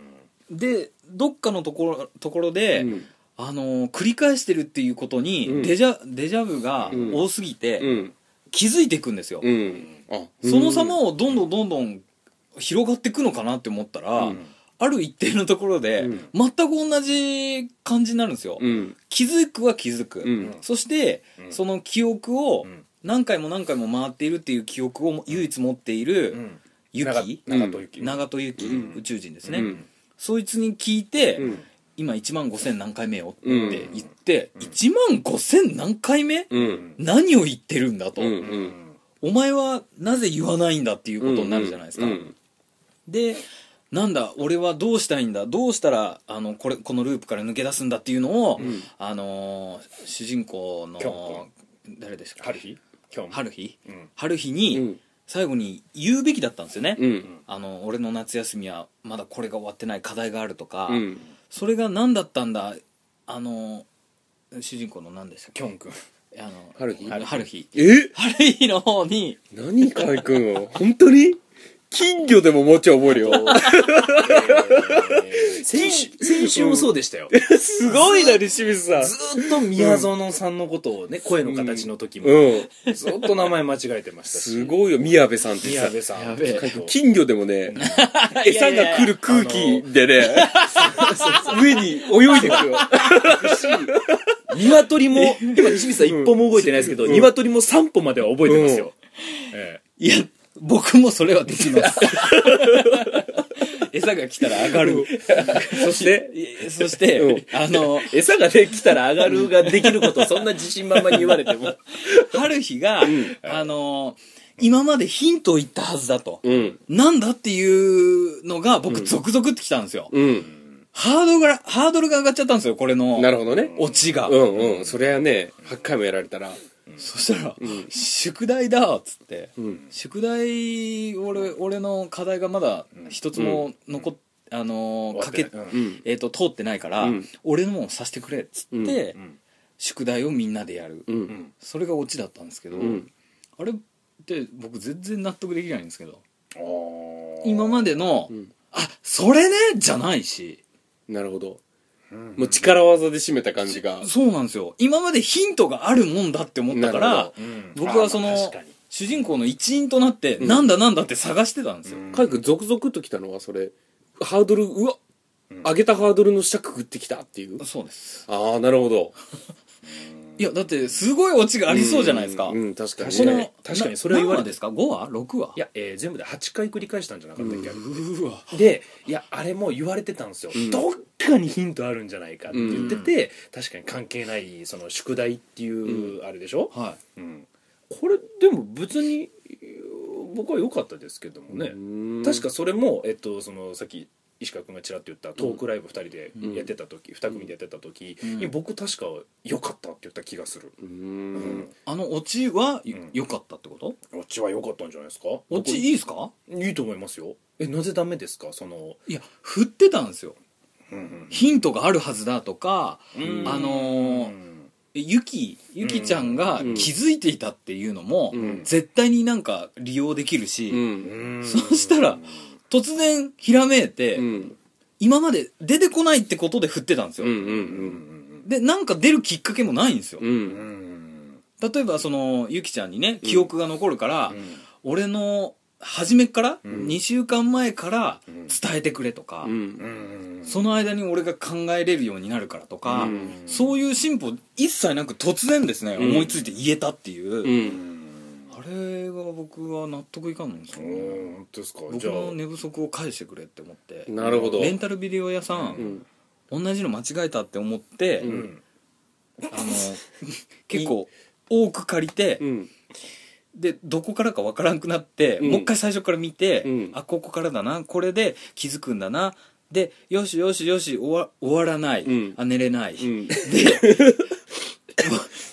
Speaker 4: で、どっかのところ、ところで、
Speaker 1: うん
Speaker 4: あのー繰り返してるっていうことに、
Speaker 1: うん
Speaker 4: デジャデジャブが多すぎて、
Speaker 1: うん
Speaker 4: 気づいていくんですよ、
Speaker 1: うんあ
Speaker 4: その様をどんどんどんどん広がっていくのかなって思ったら、
Speaker 1: うん
Speaker 4: ある一定のところで、
Speaker 1: うん
Speaker 4: 全く同じ感じになるんですよ、
Speaker 1: うん
Speaker 4: 気づくは気づく、
Speaker 1: うん
Speaker 4: そして、
Speaker 2: うん
Speaker 4: その記憶を
Speaker 2: うん
Speaker 4: 何回も何回も回っているっていう記憶を唯一持っているユ
Speaker 2: 長
Speaker 4: キ、
Speaker 2: 長戸雪、
Speaker 4: 長門ユキ、
Speaker 1: うん
Speaker 4: 宇宙人です
Speaker 1: う
Speaker 4: ね、
Speaker 1: ん
Speaker 4: そいつに聞いて、
Speaker 1: うん
Speaker 4: 今1万5000何回目よって言って、1万5000何回目、
Speaker 1: うんう
Speaker 2: うんん
Speaker 4: 何を言ってるんだと、
Speaker 1: うん
Speaker 2: うん
Speaker 4: お前はなぜ言わないんだっていうことになるじゃないですか、
Speaker 1: うん
Speaker 4: でなんだ俺はどうしたいんだどうしたらあのこれこのループから抜け出すんだっていうのを、
Speaker 1: ん
Speaker 4: あのー主人公
Speaker 2: キョ
Speaker 4: の誰でしたっ
Speaker 2: 春
Speaker 4: け
Speaker 2: 日キョン
Speaker 4: 春日
Speaker 2: うん
Speaker 4: 春日
Speaker 1: う
Speaker 4: に
Speaker 1: ん
Speaker 4: 最後に言うべきだったんですよね、
Speaker 1: うん
Speaker 4: あの俺の夏休みはまだこれが終わってない課題があるとか、
Speaker 1: うん
Speaker 4: それが何だったんだあの主人公の何でしたっけ
Speaker 2: キョン君
Speaker 4: あの
Speaker 1: 春日
Speaker 4: 春日
Speaker 1: え
Speaker 4: 春日の方に
Speaker 1: 何河合くんを本当に金魚でももうちょい覚えるよ
Speaker 2: 先週先週もそうでしたよ
Speaker 1: すごいな西水さん
Speaker 2: ずーっと宮園さんのことをね、声の形の時も、
Speaker 1: うん
Speaker 2: ずーっと名前間違えてましたし
Speaker 1: すごいよ宮部さんって
Speaker 2: 宮
Speaker 1: さ
Speaker 2: 部さん
Speaker 4: やべえ
Speaker 1: 金魚でもね餌
Speaker 4: いやいや
Speaker 1: が来る空気でね上に泳いでくよ
Speaker 2: 鶏 も、今西光さん一歩も動いてないですけど、
Speaker 1: うん
Speaker 2: 鶏も三歩までは覚えてますよ。え
Speaker 4: いや僕もそれはできます 餌が来たら上がる
Speaker 2: えそして、
Speaker 4: えそして、あの
Speaker 2: 餌ができたら上がるができること、そんな自信満々に言われても。
Speaker 4: 春日が、あの今までヒントを言ったはずだと、
Speaker 1: うん
Speaker 4: なんだっていうのが僕続々ってきたんですよ、
Speaker 1: うん
Speaker 4: ハードルがハードルが上がっちゃったんですよこれの
Speaker 1: なるほどね
Speaker 4: オチが、
Speaker 1: うんうんそれはね8回もやられたら
Speaker 4: そしたら、宿題だ」っつって、
Speaker 1: ん
Speaker 4: 宿題俺俺の課題がまだ一つも残っ、あのーかけ、
Speaker 2: うん
Speaker 1: うん
Speaker 4: えー、と通ってないから、
Speaker 1: うん
Speaker 4: 俺のもんさせてくれっつって、
Speaker 2: ん
Speaker 4: 宿題をみんなでやる、
Speaker 1: う
Speaker 2: うん
Speaker 1: ん
Speaker 4: それがオチだったんですけど、
Speaker 1: うん
Speaker 4: あれって僕全然納得できないんですけど
Speaker 2: あー
Speaker 4: 今までの「
Speaker 1: ん
Speaker 4: あそれね!」じゃないし
Speaker 1: なるほど
Speaker 2: うん
Speaker 1: もう力技で締めた感じが
Speaker 4: そうなんですよ今までヒントがあるもんだって思っ
Speaker 1: な
Speaker 4: たか
Speaker 1: る
Speaker 4: ら
Speaker 1: ほ
Speaker 2: うん
Speaker 4: 僕はそ
Speaker 2: あー
Speaker 4: の
Speaker 2: まあ確かに
Speaker 4: 主人公の一員となって、なんだなんだって探してたんですよ、
Speaker 1: かいくん続々ときたのはそれハードルうわ
Speaker 2: ん
Speaker 1: 上げたハードルの下くぐってきたっていう
Speaker 4: そうです
Speaker 1: ああなるほど
Speaker 4: いやだってすごいオチがありそうじゃないですか、
Speaker 1: うんうん確かに
Speaker 2: 確かに
Speaker 1: ね
Speaker 2: 確かにそれは言われ
Speaker 4: 何話ですか5話6話
Speaker 2: いや、えー全部で8回繰り返したんじゃなかったっけ、
Speaker 4: うわ
Speaker 2: でいやあれも言われてたんですよ、どっかにヒントあるんじゃないかって言ってて、確かに関係ないその宿題っていうあれでしょ、
Speaker 4: は
Speaker 2: うんこれでも別にえー僕は良かったですけどもね、
Speaker 1: うん
Speaker 2: 確かそれも、えっと、そのさっき石川君がちらっと言ったトークライブ2人でやってた時、2組でやってた時に、
Speaker 4: うん
Speaker 2: 僕確か良かったって言った気がする、
Speaker 1: う
Speaker 2: うんん、
Speaker 4: あのオチはよ
Speaker 2: うん
Speaker 4: 良かったってこと
Speaker 2: オチは良かったんじゃないですか
Speaker 4: オチいいですか
Speaker 2: いいと思いますよえなぜダメですかその、
Speaker 4: いや振ってたんですよ
Speaker 2: うんうん
Speaker 4: ヒントがあるはずだとか
Speaker 2: うん
Speaker 4: あのーゆきゆきちゃんが
Speaker 1: うん
Speaker 4: 気づいていたっていうのも、
Speaker 1: うん
Speaker 4: 絶対になんか利用できるし、
Speaker 1: うん
Speaker 2: うん
Speaker 4: そしたら突然ひらめいて、
Speaker 1: うん
Speaker 4: い今まで出てこないってことで振ってたんですよ、
Speaker 1: うんうん
Speaker 4: でなんか出るきっかけもないんですよ、
Speaker 1: うんう
Speaker 2: うんん
Speaker 4: 例えばそのゆきちゃんにね記憶が残るから、
Speaker 2: うん
Speaker 4: 俺の初めっから、
Speaker 2: ん
Speaker 4: 2週間前から伝
Speaker 2: ん
Speaker 4: えてくれとか、
Speaker 1: うん
Speaker 2: うん
Speaker 4: その間に俺が考えれるようになるからとか、
Speaker 1: うん
Speaker 4: そういう進歩一切なく突然ですね、
Speaker 1: うん
Speaker 4: 思いついて言えたっていう、
Speaker 1: うん
Speaker 4: あれが僕は納得いかんのですよ
Speaker 2: う
Speaker 4: ね
Speaker 2: ん本当ですか
Speaker 4: 僕
Speaker 2: じゃあ
Speaker 4: の寝不足を返してくれって思って
Speaker 1: なるほど
Speaker 4: レンタルビデオ屋さ、
Speaker 1: うんん
Speaker 4: 同じの間違えたって思って、
Speaker 1: う
Speaker 2: うん
Speaker 4: あの結構多く借りて、
Speaker 1: うん
Speaker 4: でどこからかわからんくなって、
Speaker 1: うん
Speaker 4: もう一回最初から見て、
Speaker 1: うん
Speaker 4: あここからだなこれで気づくんだなでよしよしよし終わ終わらない、
Speaker 1: うん
Speaker 4: あ寝れない、
Speaker 1: うん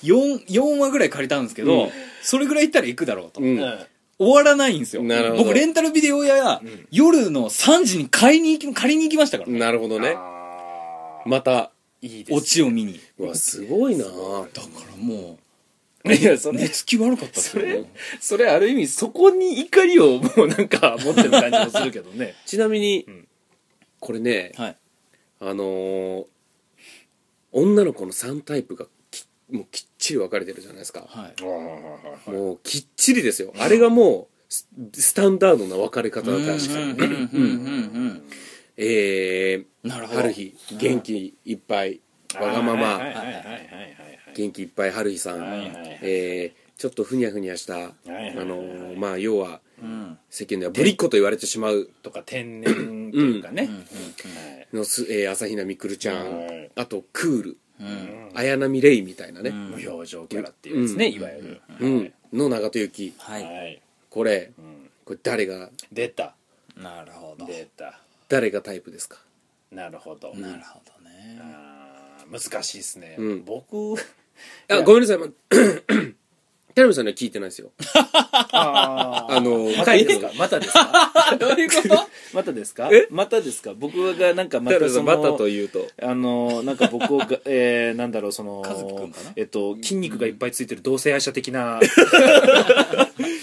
Speaker 4: 四四 4, 話ぐらい借りたんですけど、
Speaker 1: うん
Speaker 4: それぐらい行ったら行くだろうと、
Speaker 1: うん
Speaker 4: 終わらないんですよ
Speaker 1: なるほど
Speaker 4: 僕レンタルビデオ屋や、夜の3時に買いに行き借りに行きましたから、
Speaker 1: なるほどね
Speaker 2: あー
Speaker 1: また
Speaker 2: いいで
Speaker 4: オ
Speaker 2: す
Speaker 4: チを見に
Speaker 1: うわすごいな
Speaker 4: だからも
Speaker 2: いやそうれ
Speaker 4: 寝つき悪かったっす
Speaker 2: そ
Speaker 4: よ
Speaker 2: れ
Speaker 4: ね
Speaker 2: それある意味そこに怒りをもうなんか持ってる感じもするけどね
Speaker 1: ちなみに
Speaker 2: ん
Speaker 1: これね
Speaker 4: はい
Speaker 1: あのー女の子の3タイプがきもうきっちり分かれてるじゃないですか
Speaker 4: はい
Speaker 1: もうきっちりですよあれがもうススタンダードな分かれ方だったらしく
Speaker 4: うん
Speaker 1: て
Speaker 4: うんうんうん
Speaker 1: え
Speaker 4: うんなる
Speaker 1: ー
Speaker 4: ほど
Speaker 1: 春日元気いっぱいわがま
Speaker 2: はいはい
Speaker 1: ま
Speaker 2: はいはいはい
Speaker 1: 元気いっぱい春日さん
Speaker 2: はいはい
Speaker 1: えーちょっとふにゃふにゃしたあ
Speaker 2: いはいはい
Speaker 1: のーまあ要は
Speaker 4: うん
Speaker 1: 世間ではぶりっ子と言われてしまう
Speaker 2: とか天然っていうかね
Speaker 4: うん
Speaker 1: のす、えー、朝比奈みくるちゃん、
Speaker 2: はい
Speaker 1: あとクール
Speaker 4: うんうん
Speaker 1: 綾波レイみたいなね、
Speaker 4: うん
Speaker 2: 無表情キャラっていうやつね
Speaker 1: うん
Speaker 2: いわゆる
Speaker 1: うんの長門幸
Speaker 4: はい
Speaker 2: はい
Speaker 1: これ
Speaker 2: うん
Speaker 1: これ誰が
Speaker 2: 出た
Speaker 4: なるほど
Speaker 2: 出た
Speaker 1: 誰がタイプですか
Speaker 2: なるほど
Speaker 4: なるほどね
Speaker 2: あー難しいですね
Speaker 1: うん
Speaker 2: 僕
Speaker 1: あごめんなさい、ま、 田辺さんには聞いてないですよ
Speaker 2: あ
Speaker 1: あの
Speaker 2: またで すかまたですか
Speaker 4: どういうこと
Speaker 2: またですか
Speaker 1: え
Speaker 2: またですか僕がなんかま
Speaker 1: 田
Speaker 2: た
Speaker 1: 辺さ
Speaker 2: そ
Speaker 1: ん
Speaker 2: の
Speaker 1: バタというと
Speaker 2: あのなんか僕を が、えー、なんだろうその
Speaker 4: 和樹くんかな
Speaker 2: えっと、筋肉がいっぱいついてる同性愛者的 な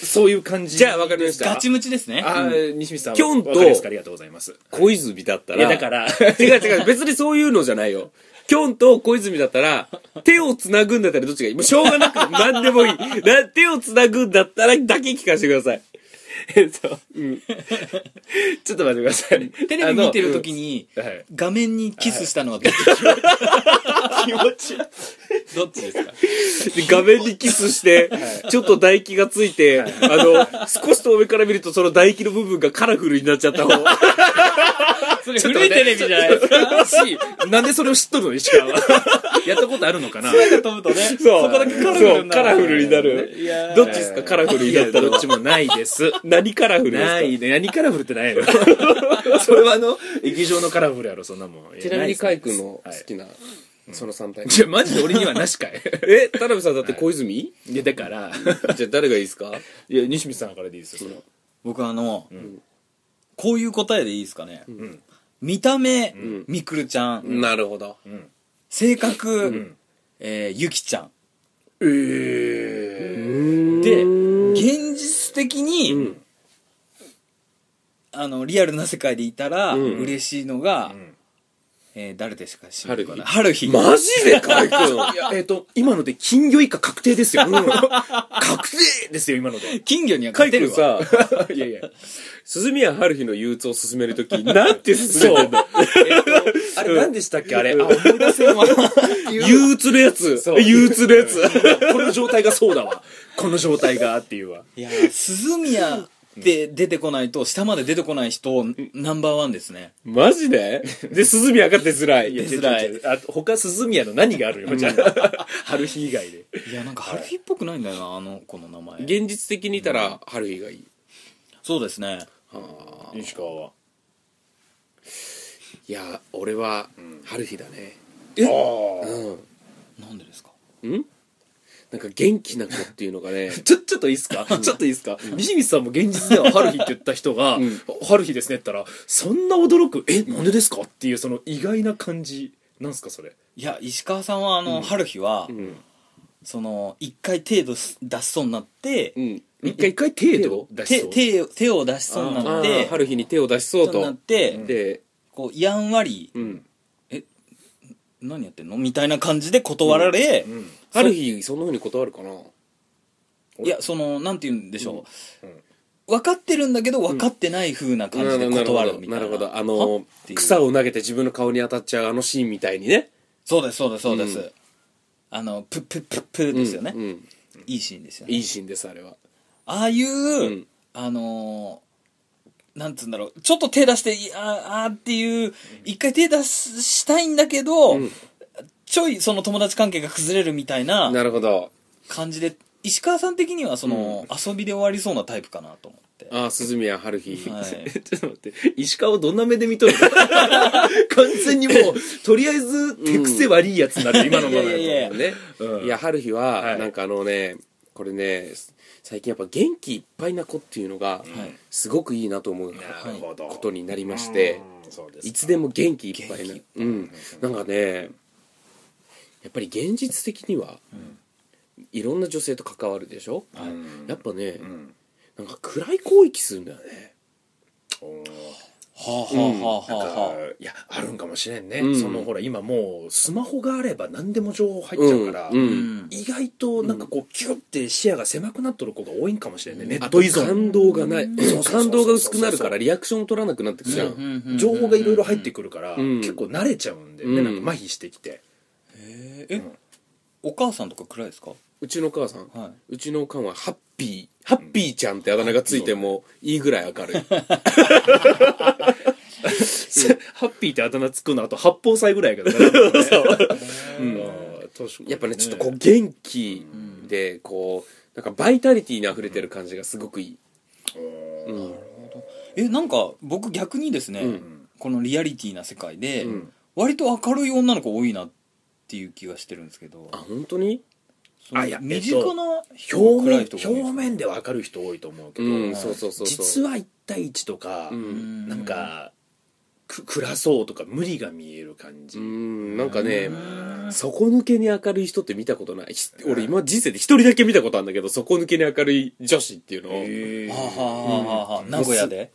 Speaker 2: そういう感じ
Speaker 1: じゃあわかりました
Speaker 4: ガチムチですね
Speaker 2: あー西光さん
Speaker 1: キョンと
Speaker 2: わかりますかありがとうございます
Speaker 1: 小泉だった
Speaker 2: い
Speaker 1: ら
Speaker 2: やだから
Speaker 1: 違う違う別にそういうのじゃないよきょんと小泉だったら手をつなぐんだったらどっちがいいもうしょうがなく 何でもいいな手をつなぐんだったらだけ聞かせてください
Speaker 2: えっと、ちょっと待ってください
Speaker 4: テレビ見てる時に
Speaker 2: あのはい
Speaker 4: 画面にキスしたのはどっ
Speaker 2: 気持ちいい
Speaker 4: ちどっちですか
Speaker 1: で画面にキスして、ちょっと唾液がついて、あの、少し遠目から見るとその唾液の部分がカラフルになっちゃった方。
Speaker 4: それ古いテレビじゃない ですか
Speaker 2: しなんでそれを知っとるの石 川はやったことあるのかな
Speaker 4: 声が飛ぶとね
Speaker 1: そう
Speaker 4: こだけカラフルになる
Speaker 1: そうカラフルになる
Speaker 4: いやー
Speaker 1: どっちですかカラフルに
Speaker 2: い
Speaker 1: なっ
Speaker 2: や
Speaker 1: たら
Speaker 2: どっちもないです
Speaker 1: 何カラフルですか
Speaker 2: ないね何カラフルって ないのそれはあの液状のカラフルやろそんなもん
Speaker 1: ちなみにカイ君の好
Speaker 2: はい
Speaker 1: きな、その3体。
Speaker 2: じゃマジで俺にはなし かい
Speaker 1: え、田辺さんだって小泉、
Speaker 2: いやだから
Speaker 1: じゃあ誰がいいですか
Speaker 2: いや西光さんからでいいですよそれは
Speaker 4: 僕あのこういう答えでいいですかね
Speaker 2: ん
Speaker 4: 見た目みくるちゃん
Speaker 1: なるほど。
Speaker 4: 性格えーゆきちゃん
Speaker 2: ええ
Speaker 4: で現実的に、あのリアルな世界でいたら嬉しいのが、えー誰でしたか知るかな春日
Speaker 1: マジで カイ君
Speaker 2: いやえっ、と今ので金魚以下確定です よ、確定ですよ今ので
Speaker 4: 金魚には
Speaker 1: カ
Speaker 4: 勝
Speaker 1: イ
Speaker 4: て
Speaker 1: 君
Speaker 4: るわ
Speaker 1: さ、
Speaker 2: いやいや
Speaker 1: 鈴宮春日の憂鬱を進めると き、なんて進めてんの
Speaker 2: あれ何でしたっけあれあ思い出せんわ
Speaker 1: 憂鬱のやつ
Speaker 2: そう
Speaker 1: 憂鬱のやつ
Speaker 2: この状態がそうだわこの状態がっていうわ
Speaker 4: いやー鈴宮って出てこないと下まで出てこない人ナンバーワンですね
Speaker 1: マジで で、鈴宮が出づらい。
Speaker 2: いや
Speaker 4: 出づらい
Speaker 2: 違う違う違うあと他鈴宮の何があるよじゃあ 春日以外で
Speaker 4: いやなんか春日っぽくないんだよなあの子の名前
Speaker 1: 現実的にいたら、春日がいい。
Speaker 4: そうですね
Speaker 2: 西川はい
Speaker 1: や、俺は、春日だね。
Speaker 2: ああ
Speaker 1: うん。
Speaker 4: なんでですか
Speaker 1: んなんか元気な子っていうのがね
Speaker 2: ちょ、ちょっといいっすかちょっといいっすか西光さんも現実では春日って言った人が
Speaker 1: ん、
Speaker 2: 春日ですねって言ったら、そんな驚く、え、なんでですかっていうその意外な感じ、なんすかそれ。
Speaker 4: いや石川さんはあの、春日は、
Speaker 1: ん
Speaker 4: その一回程度す出しそうになって、
Speaker 1: ん
Speaker 2: 一回一回程
Speaker 1: 程
Speaker 2: 度出し
Speaker 4: 手
Speaker 2: そう。
Speaker 4: 手を手を出しそうにな
Speaker 1: あー
Speaker 4: って
Speaker 1: 春日に手を出しそう
Speaker 4: そう
Speaker 1: と
Speaker 4: なって
Speaker 1: で
Speaker 4: こうやんわり
Speaker 1: うん
Speaker 4: 何やってんのみたいな感じで断られ、
Speaker 2: うん
Speaker 1: ある日そんなふうに断るかな、
Speaker 4: いやそのなんて言うんでしょう、
Speaker 2: うんうん
Speaker 4: 分かってるんだけど分かってない風な感じで断るみたいな
Speaker 1: なるほどあ
Speaker 4: は
Speaker 1: の
Speaker 4: っていう
Speaker 1: 草を投げて自分の顔に当たっちゃうあのシーンみたいにね
Speaker 4: そうですそうですそうです、
Speaker 1: うん
Speaker 4: あのプップップップッですよね、
Speaker 1: うんうん
Speaker 4: いいシーンですよね
Speaker 1: いいシーンですあれは
Speaker 4: ああいう、
Speaker 1: ん
Speaker 4: あのーなんつうんだろうちょっと手出していああーっていう一回手出すしたいんだけど、
Speaker 1: うん
Speaker 4: ちょいその友達関係が崩れるみたいな
Speaker 1: なるほど
Speaker 4: 感じで石川さん的にはその、遊びで終わりそうなタイプかなと思って
Speaker 1: ああ鈴宮春日、
Speaker 4: はい
Speaker 2: ちょっと待って石川をどんな目で見とるの 完全にもうとりあえず手癖悪いやつになって今のまま
Speaker 4: いやいやい
Speaker 2: や
Speaker 4: や
Speaker 2: と
Speaker 1: ね、
Speaker 2: うん
Speaker 1: いや春日
Speaker 2: は
Speaker 1: はいなんかあのね、これね最近やっぱ元気いっぱいな子っていうのが
Speaker 4: い
Speaker 1: すごくいいなと思う
Speaker 2: なるほど
Speaker 1: ことになりまして、
Speaker 2: うんそうです
Speaker 1: いつでも元気いっぱいな
Speaker 4: 元、
Speaker 1: うん、なんかねやっぱり現実的には、いろんな女性と関わるでしょ、
Speaker 2: はいうん
Speaker 1: やっぱね
Speaker 2: う、ん
Speaker 1: なんか暗い攻撃するんだよね
Speaker 2: おー
Speaker 4: はあはあ
Speaker 2: なん
Speaker 4: は
Speaker 2: か
Speaker 4: あはあ、
Speaker 2: いやあるんかもしれんね、
Speaker 1: うん
Speaker 2: そのほら今もうスマホがあれば何でも情報入っちゃうから、
Speaker 1: うん
Speaker 4: うん
Speaker 2: 意外となんかこうキュッて視野が狭くなっとる子が多いんかもしれんね、ネッ
Speaker 1: あ
Speaker 2: ト
Speaker 1: と
Speaker 2: 依存
Speaker 1: 感動がない、
Speaker 2: ん
Speaker 1: 感動が薄くなるからリアクションを取らなくなってくじゃん、
Speaker 4: うんうんうん
Speaker 2: 情報がいろいろ入ってくるから、
Speaker 1: ん
Speaker 2: 結構慣れちゃうんで、ね
Speaker 1: うん
Speaker 2: なんか麻痺してきて、
Speaker 4: ええお母さんとか暗いですか
Speaker 1: うちの母さん、
Speaker 4: はいう
Speaker 1: ちのおかんはハッピーハッピーちゃんってあだ名がついてもいいぐらい明るい
Speaker 2: ハッピーってあだ名つくのあと八宝菜ぐらいやけどねうん
Speaker 1: やっぱねちょっとこう元気でこうなんかバイタリティに溢れてる感じがすごくいい、うん
Speaker 4: えなんか僕逆にですね、
Speaker 1: うん
Speaker 4: このリアリティな世界で、
Speaker 1: うん
Speaker 4: 割と明るい女の子多いなっていう気がしてるんですけど
Speaker 1: あ本当に
Speaker 4: その
Speaker 2: あいや
Speaker 4: 身近な人が
Speaker 2: 表
Speaker 4: 暗い
Speaker 2: 面
Speaker 4: 人が多い
Speaker 2: 表面では明るい人多いと思うけ
Speaker 1: う
Speaker 2: ど、
Speaker 1: ん
Speaker 4: はい
Speaker 1: そうそうそうそう
Speaker 2: 実は1対1とか、
Speaker 1: う
Speaker 4: うんん
Speaker 2: なんかく暗そうとか無理が見える感じ、
Speaker 1: うんなんかね
Speaker 4: うん
Speaker 1: 底抜けに明るい人って見たことないひ俺今人生で一人だけ見たことあるんだけど底抜けに明るい女子っていうのを
Speaker 4: はあはあはあはあ名古屋で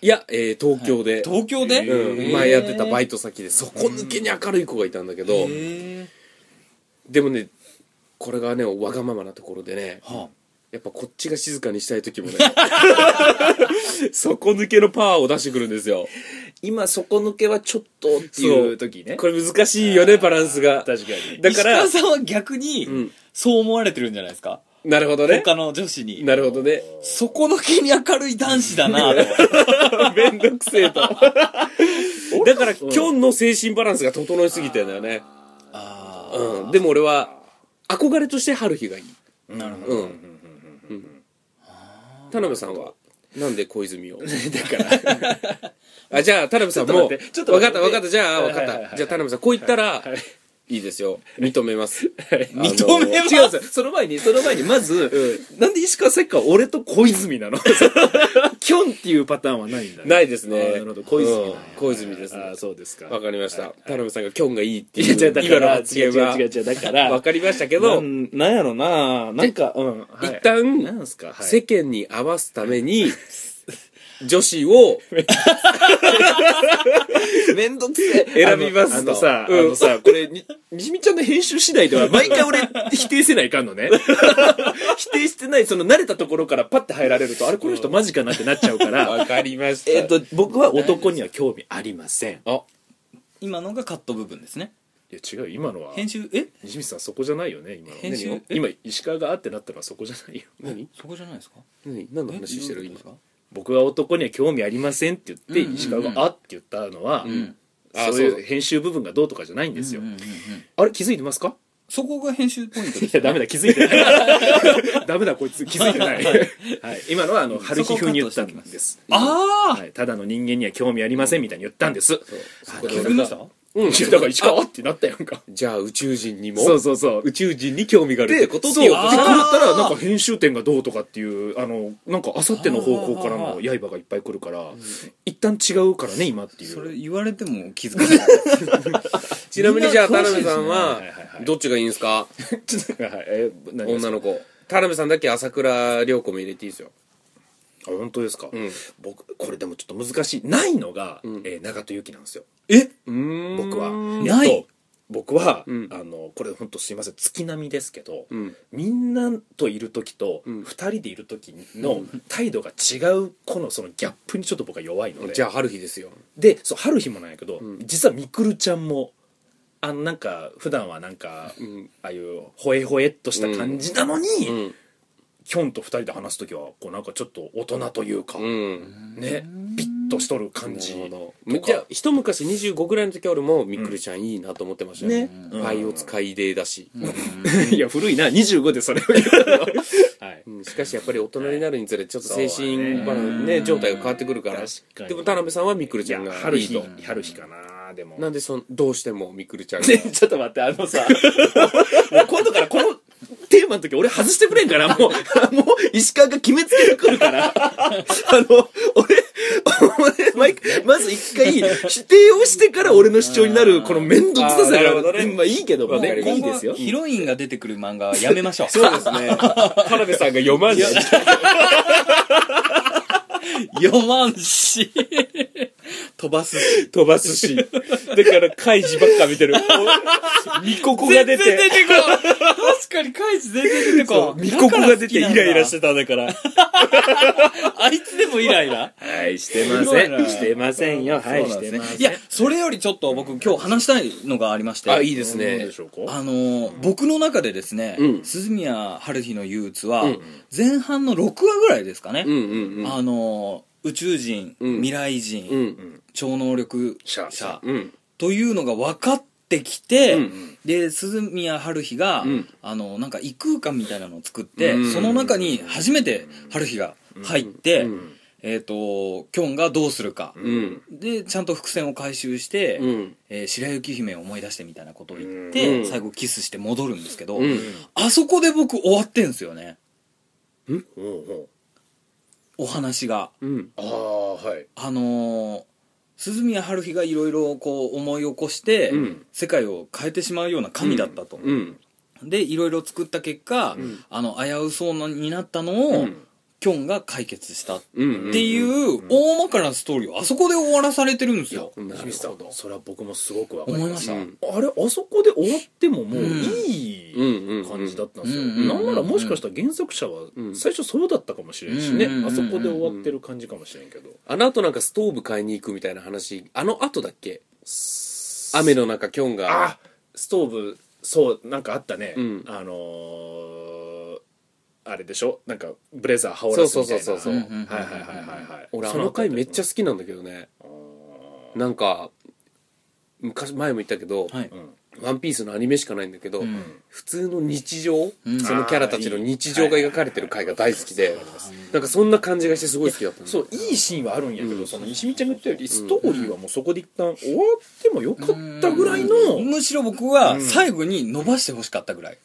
Speaker 1: いや、えー東京で、
Speaker 4: 東京で、
Speaker 1: うん、前やってたバ
Speaker 4: イ
Speaker 1: イト先で底抜けに明るい子がいたんだけど、
Speaker 4: へ
Speaker 1: でもねこれがねわがままなところでね、
Speaker 4: はあ
Speaker 1: やっぱこっちが静かにしたい時 もね底抜けのパワーを出してくるんですよ
Speaker 2: 今底抜けはちょっとっていう時ね
Speaker 1: これ難しいよねバランスが
Speaker 2: 確かに
Speaker 1: だ
Speaker 4: だ
Speaker 1: か
Speaker 4: から石川さんは逆に、
Speaker 1: ん
Speaker 4: そう思われてるんじゃないですか
Speaker 1: なるほどね
Speaker 4: 他の女子に
Speaker 1: なるほどね
Speaker 4: そこの気に明るい男子だなと
Speaker 1: めんどくせえ とだからキョンの精神バランスが整いすぎてんだよね、
Speaker 4: あー
Speaker 1: うん、でも俺は憧れとして春日がいい
Speaker 4: なるほど
Speaker 1: うん、うん田辺さんはなんで小泉を
Speaker 2: だから
Speaker 1: あじゃあ田辺さんもう
Speaker 2: ちょっと待ってちょっと
Speaker 1: 分
Speaker 2: 待
Speaker 1: か
Speaker 2: っ
Speaker 1: ってた分かったじゃあ
Speaker 2: は
Speaker 1: 分
Speaker 2: い
Speaker 1: か
Speaker 2: はい
Speaker 1: っ
Speaker 2: はいはい
Speaker 1: たじゃあ田辺さんこう言ったらいいですよ認めます
Speaker 4: 認めます
Speaker 2: 違うんですよその前にその前にまず、なんで石川せっか俺と小泉 なのキョンっていうパターンはないんだね
Speaker 1: ないですね
Speaker 2: あーなるほど小泉なん
Speaker 1: う
Speaker 2: や
Speaker 1: ん小泉ですね
Speaker 2: あーそうですか
Speaker 1: わかりました
Speaker 2: はい
Speaker 1: 田辺さんがキョンがいいって
Speaker 2: い
Speaker 1: い
Speaker 2: や違う
Speaker 1: う
Speaker 2: だか
Speaker 1: 今の
Speaker 2: ら
Speaker 1: 発言は
Speaker 2: 違う違う違うだから
Speaker 1: わかりましたけ
Speaker 2: けど
Speaker 1: ど
Speaker 2: なんなんやろななんかうん、はい
Speaker 1: 一旦
Speaker 2: なんすか、はい
Speaker 1: 世間に合わすため に女子を
Speaker 2: めんどくせえ
Speaker 1: 選びます
Speaker 2: あ
Speaker 1: と
Speaker 2: のさ、
Speaker 1: うん
Speaker 2: あのさ、これ、に、にじみちゃんの編集次第では、毎 回俺、否定せないかん のね。否定してない、その慣れたところからパッて入られると、あれ、この人マジかなってなっちゃう から、
Speaker 1: わかりまし
Speaker 2: えっと、僕は男には興味ありません。
Speaker 1: あ
Speaker 4: 今のがカット部分ですね
Speaker 2: いや、違うよ、今のは。
Speaker 4: 編集え
Speaker 2: 西光さん、そこじゃないよね、今の。
Speaker 4: 編集
Speaker 2: 何を今、石川があってなったのはそこじゃないよ。
Speaker 1: 何
Speaker 4: そこじゃないですか
Speaker 1: 何何の
Speaker 4: え
Speaker 1: 話してる
Speaker 4: どういう
Speaker 1: 今
Speaker 4: ことですか
Speaker 2: 僕は男には興味ありませんって言って、
Speaker 4: うん
Speaker 2: 石川があって言ったのは、
Speaker 4: ん
Speaker 1: あ
Speaker 2: そう
Speaker 1: そう
Speaker 2: いう編集部分がどうとかじゃないんですよ。
Speaker 4: うんうんうんうん
Speaker 2: あれ、気づいてますか
Speaker 4: そこが編集ポイントで
Speaker 2: い
Speaker 4: す
Speaker 2: や、ダメだ、気づい てない。ダメだ、こいつ、気づいてない。はい、今のは、あの、春日風に言ったんです。
Speaker 4: あ
Speaker 2: はい、ただの人間には興味ありませんみたいに言ったんです。
Speaker 1: そ
Speaker 2: あ
Speaker 1: こ
Speaker 4: あ
Speaker 1: で
Speaker 4: 気
Speaker 1: 俺
Speaker 4: づ
Speaker 1: が
Speaker 4: きました
Speaker 2: うん、いや だから、石川あってなったやんか。
Speaker 1: じゃあ宇宙人にも
Speaker 2: そうそうそう。
Speaker 1: 宇宙人に興味があるってことって
Speaker 2: そう、
Speaker 1: 言
Speaker 2: で、
Speaker 1: お
Speaker 2: こ
Speaker 1: う
Speaker 2: れ
Speaker 1: として
Speaker 2: っ
Speaker 1: た
Speaker 2: たら、なんか編集点がどうとかっていう、あの、なんか、あさっての方向からの刃がいっぱい来るから、一旦違うからね、今っていう。
Speaker 4: そ れ言われても気づか ない
Speaker 1: ちなみにじゃあ
Speaker 4: みん
Speaker 1: 田
Speaker 4: な詳し
Speaker 1: 辺
Speaker 4: いですね
Speaker 1: さんは
Speaker 2: はいはいはい
Speaker 1: どっちがいいんですか
Speaker 2: ちょっとはいえ何ですか
Speaker 1: 女の子田辺さんだけ朝倉涼子も入れていいですよ
Speaker 2: あ本当ですか、
Speaker 1: ん
Speaker 2: 僕これでもちょっと難しいないのが、えー長門由紀なんですよ
Speaker 4: え
Speaker 2: 僕
Speaker 1: 僕
Speaker 2: は
Speaker 4: ない
Speaker 2: えっと僕は、
Speaker 1: うん
Speaker 2: あのこれ本当すいません月並みですけど、
Speaker 1: うん
Speaker 2: みんなといる時と
Speaker 1: うん
Speaker 2: 二人でいる時の態度が違うこのそのギャップにちょっと僕は弱いので
Speaker 1: じゃあ春日ですよ
Speaker 2: でそう春日もなんやけど、
Speaker 1: ん
Speaker 2: 実はみくるちゃんもあのなんか普段はなんか、
Speaker 1: ん
Speaker 2: ああいうほえほえっとした感じなのに、
Speaker 1: うん
Speaker 2: きょんと二人で話す時はこうなんかちょっと大人というか、
Speaker 1: うん
Speaker 2: ねピッとしとる感じ
Speaker 1: なる
Speaker 2: と
Speaker 1: ほど
Speaker 2: か
Speaker 1: じゃあ一昔25ぐらいの時は俺もみっくりちゃんいいなと思ってましたよね
Speaker 2: うん
Speaker 1: パイを使いでだし、
Speaker 2: いや 古いな25でそれを言う の、はい、
Speaker 1: うんしかしやっぱり大人になるにつれちょっと精
Speaker 2: そう
Speaker 1: 神、
Speaker 2: ね
Speaker 1: まあね、状態が変わってくるから
Speaker 2: 確かに
Speaker 1: でも田辺さんはみっくり
Speaker 2: い
Speaker 1: ちゃ
Speaker 2: や
Speaker 1: んが
Speaker 2: 春
Speaker 1: いい
Speaker 2: 日
Speaker 1: と
Speaker 2: 春日かなでも
Speaker 1: なんでそのどうしてもみっくりちゃん が
Speaker 2: ねちょっと待ってあのさもう今度からこのテーマの時俺外してくれんからもうもう石川が決めつけてくるからあの俺俺毎回まず一回否定をしてから俺の主張になるこの面倒くささ
Speaker 1: あーなるほ
Speaker 2: が
Speaker 1: どね
Speaker 2: まあいいけども
Speaker 1: わか
Speaker 2: ね
Speaker 1: りました
Speaker 2: いいですよ
Speaker 4: ヒロインが出てくる漫画はやめましょう。
Speaker 1: そうですね田辺さんが読まんし
Speaker 4: 読まんし。飛ばすし。
Speaker 1: 飛ばすしだから開示ばっか見てるみここが出
Speaker 4: 全然
Speaker 1: て
Speaker 4: 出てこない確かにカイジ全然出てこない。
Speaker 1: みここが出てイライラしててたんだから
Speaker 4: あいつでもイライラ
Speaker 2: はいしてま
Speaker 4: すごいな
Speaker 2: ませんよはいしてま
Speaker 4: いや、それよりちょっと僕今日話したいのがありまして。
Speaker 1: あいいです
Speaker 2: どう
Speaker 1: ね
Speaker 2: でしょうか
Speaker 4: あのー僕の中でですね、
Speaker 1: うん
Speaker 4: 鈴宮春日の憂鬱は、
Speaker 1: うん
Speaker 4: 前半の6話ぐらいですかね、
Speaker 1: うんうんうん
Speaker 4: あのー宇宙人、
Speaker 1: うん
Speaker 4: 未来人、
Speaker 1: うん
Speaker 4: 超能力者
Speaker 2: 者
Speaker 1: うん
Speaker 4: というのが分かってきて、
Speaker 1: うん
Speaker 4: で鈴宮春日が、
Speaker 1: うん
Speaker 4: あのなんか異空間みたいなのを作って、
Speaker 1: うん
Speaker 4: その中に初めて春日が入って、
Speaker 1: うん
Speaker 4: えっ、とキョンがどうするか、
Speaker 1: うん
Speaker 4: でちゃんと伏線を回収して、
Speaker 1: うん
Speaker 4: えー白雪姫を思い出してみたいなことを言って、
Speaker 1: うん
Speaker 4: 最後キスして戻るんですけど、
Speaker 1: うん
Speaker 4: あそこで僕終わってんすよね
Speaker 2: うんうん
Speaker 4: お話が
Speaker 1: うん
Speaker 2: ああはい
Speaker 4: あのー鈴宮春日がいろいろこう思い起こして、
Speaker 1: うん
Speaker 4: 世界を変えてしまうような神だったと、
Speaker 1: うん
Speaker 4: でいろいろ作った結果、
Speaker 1: ん
Speaker 4: あの危うそうになったのを、
Speaker 1: うん
Speaker 4: キョンが解決したっ
Speaker 1: うん
Speaker 4: ていう大まかなストーリーをあそこで終わらされてるんですよ
Speaker 1: なるほど
Speaker 2: それは僕もすごくわかり
Speaker 4: 思い
Speaker 2: ま
Speaker 4: ますした、
Speaker 1: うん
Speaker 2: あれあそこで終わってももう
Speaker 4: うん
Speaker 2: いい、感じだったんですよ、
Speaker 4: うんうんうん
Speaker 2: なんならもしかしたら原作者は
Speaker 1: うん
Speaker 2: 最初そうだったかもしれんしね、
Speaker 4: うんうんうんうん
Speaker 2: あそこで終わってる感じかもしれんけど、
Speaker 1: あの後なんかストーブ買いに行くみたいな話あの後だっけ雨の中キョンが
Speaker 2: あストーブそうなんかあったね、
Speaker 1: うん
Speaker 2: あのーあれでしょなんかブレザー羽織らすみたいな
Speaker 1: そうそうそうそう
Speaker 4: う
Speaker 2: はい
Speaker 4: ん
Speaker 2: はい
Speaker 4: うんうん
Speaker 2: はいはいはい
Speaker 1: 俺あの回めっちゃ
Speaker 2: そ
Speaker 1: 好きなんだけどね
Speaker 2: の
Speaker 1: なんか昔前も言ったけど
Speaker 4: はい
Speaker 2: 後、うん
Speaker 1: 「ワンピースのアニメしかないんだけど、
Speaker 4: うん
Speaker 1: 普通の日常、
Speaker 4: うん
Speaker 1: そのキャラたちの日常が描かれてる回が大好きで、なんかそんな感じがしてすごい好きだったの
Speaker 2: そういいシーンはあるんやけど、
Speaker 1: うん
Speaker 2: その西見ちゃんが言ったよりストーリーはもうそこで一旦終わってもよかったぐらいの、
Speaker 4: むしろ僕は最後に伸ばしてほしかったぐらい、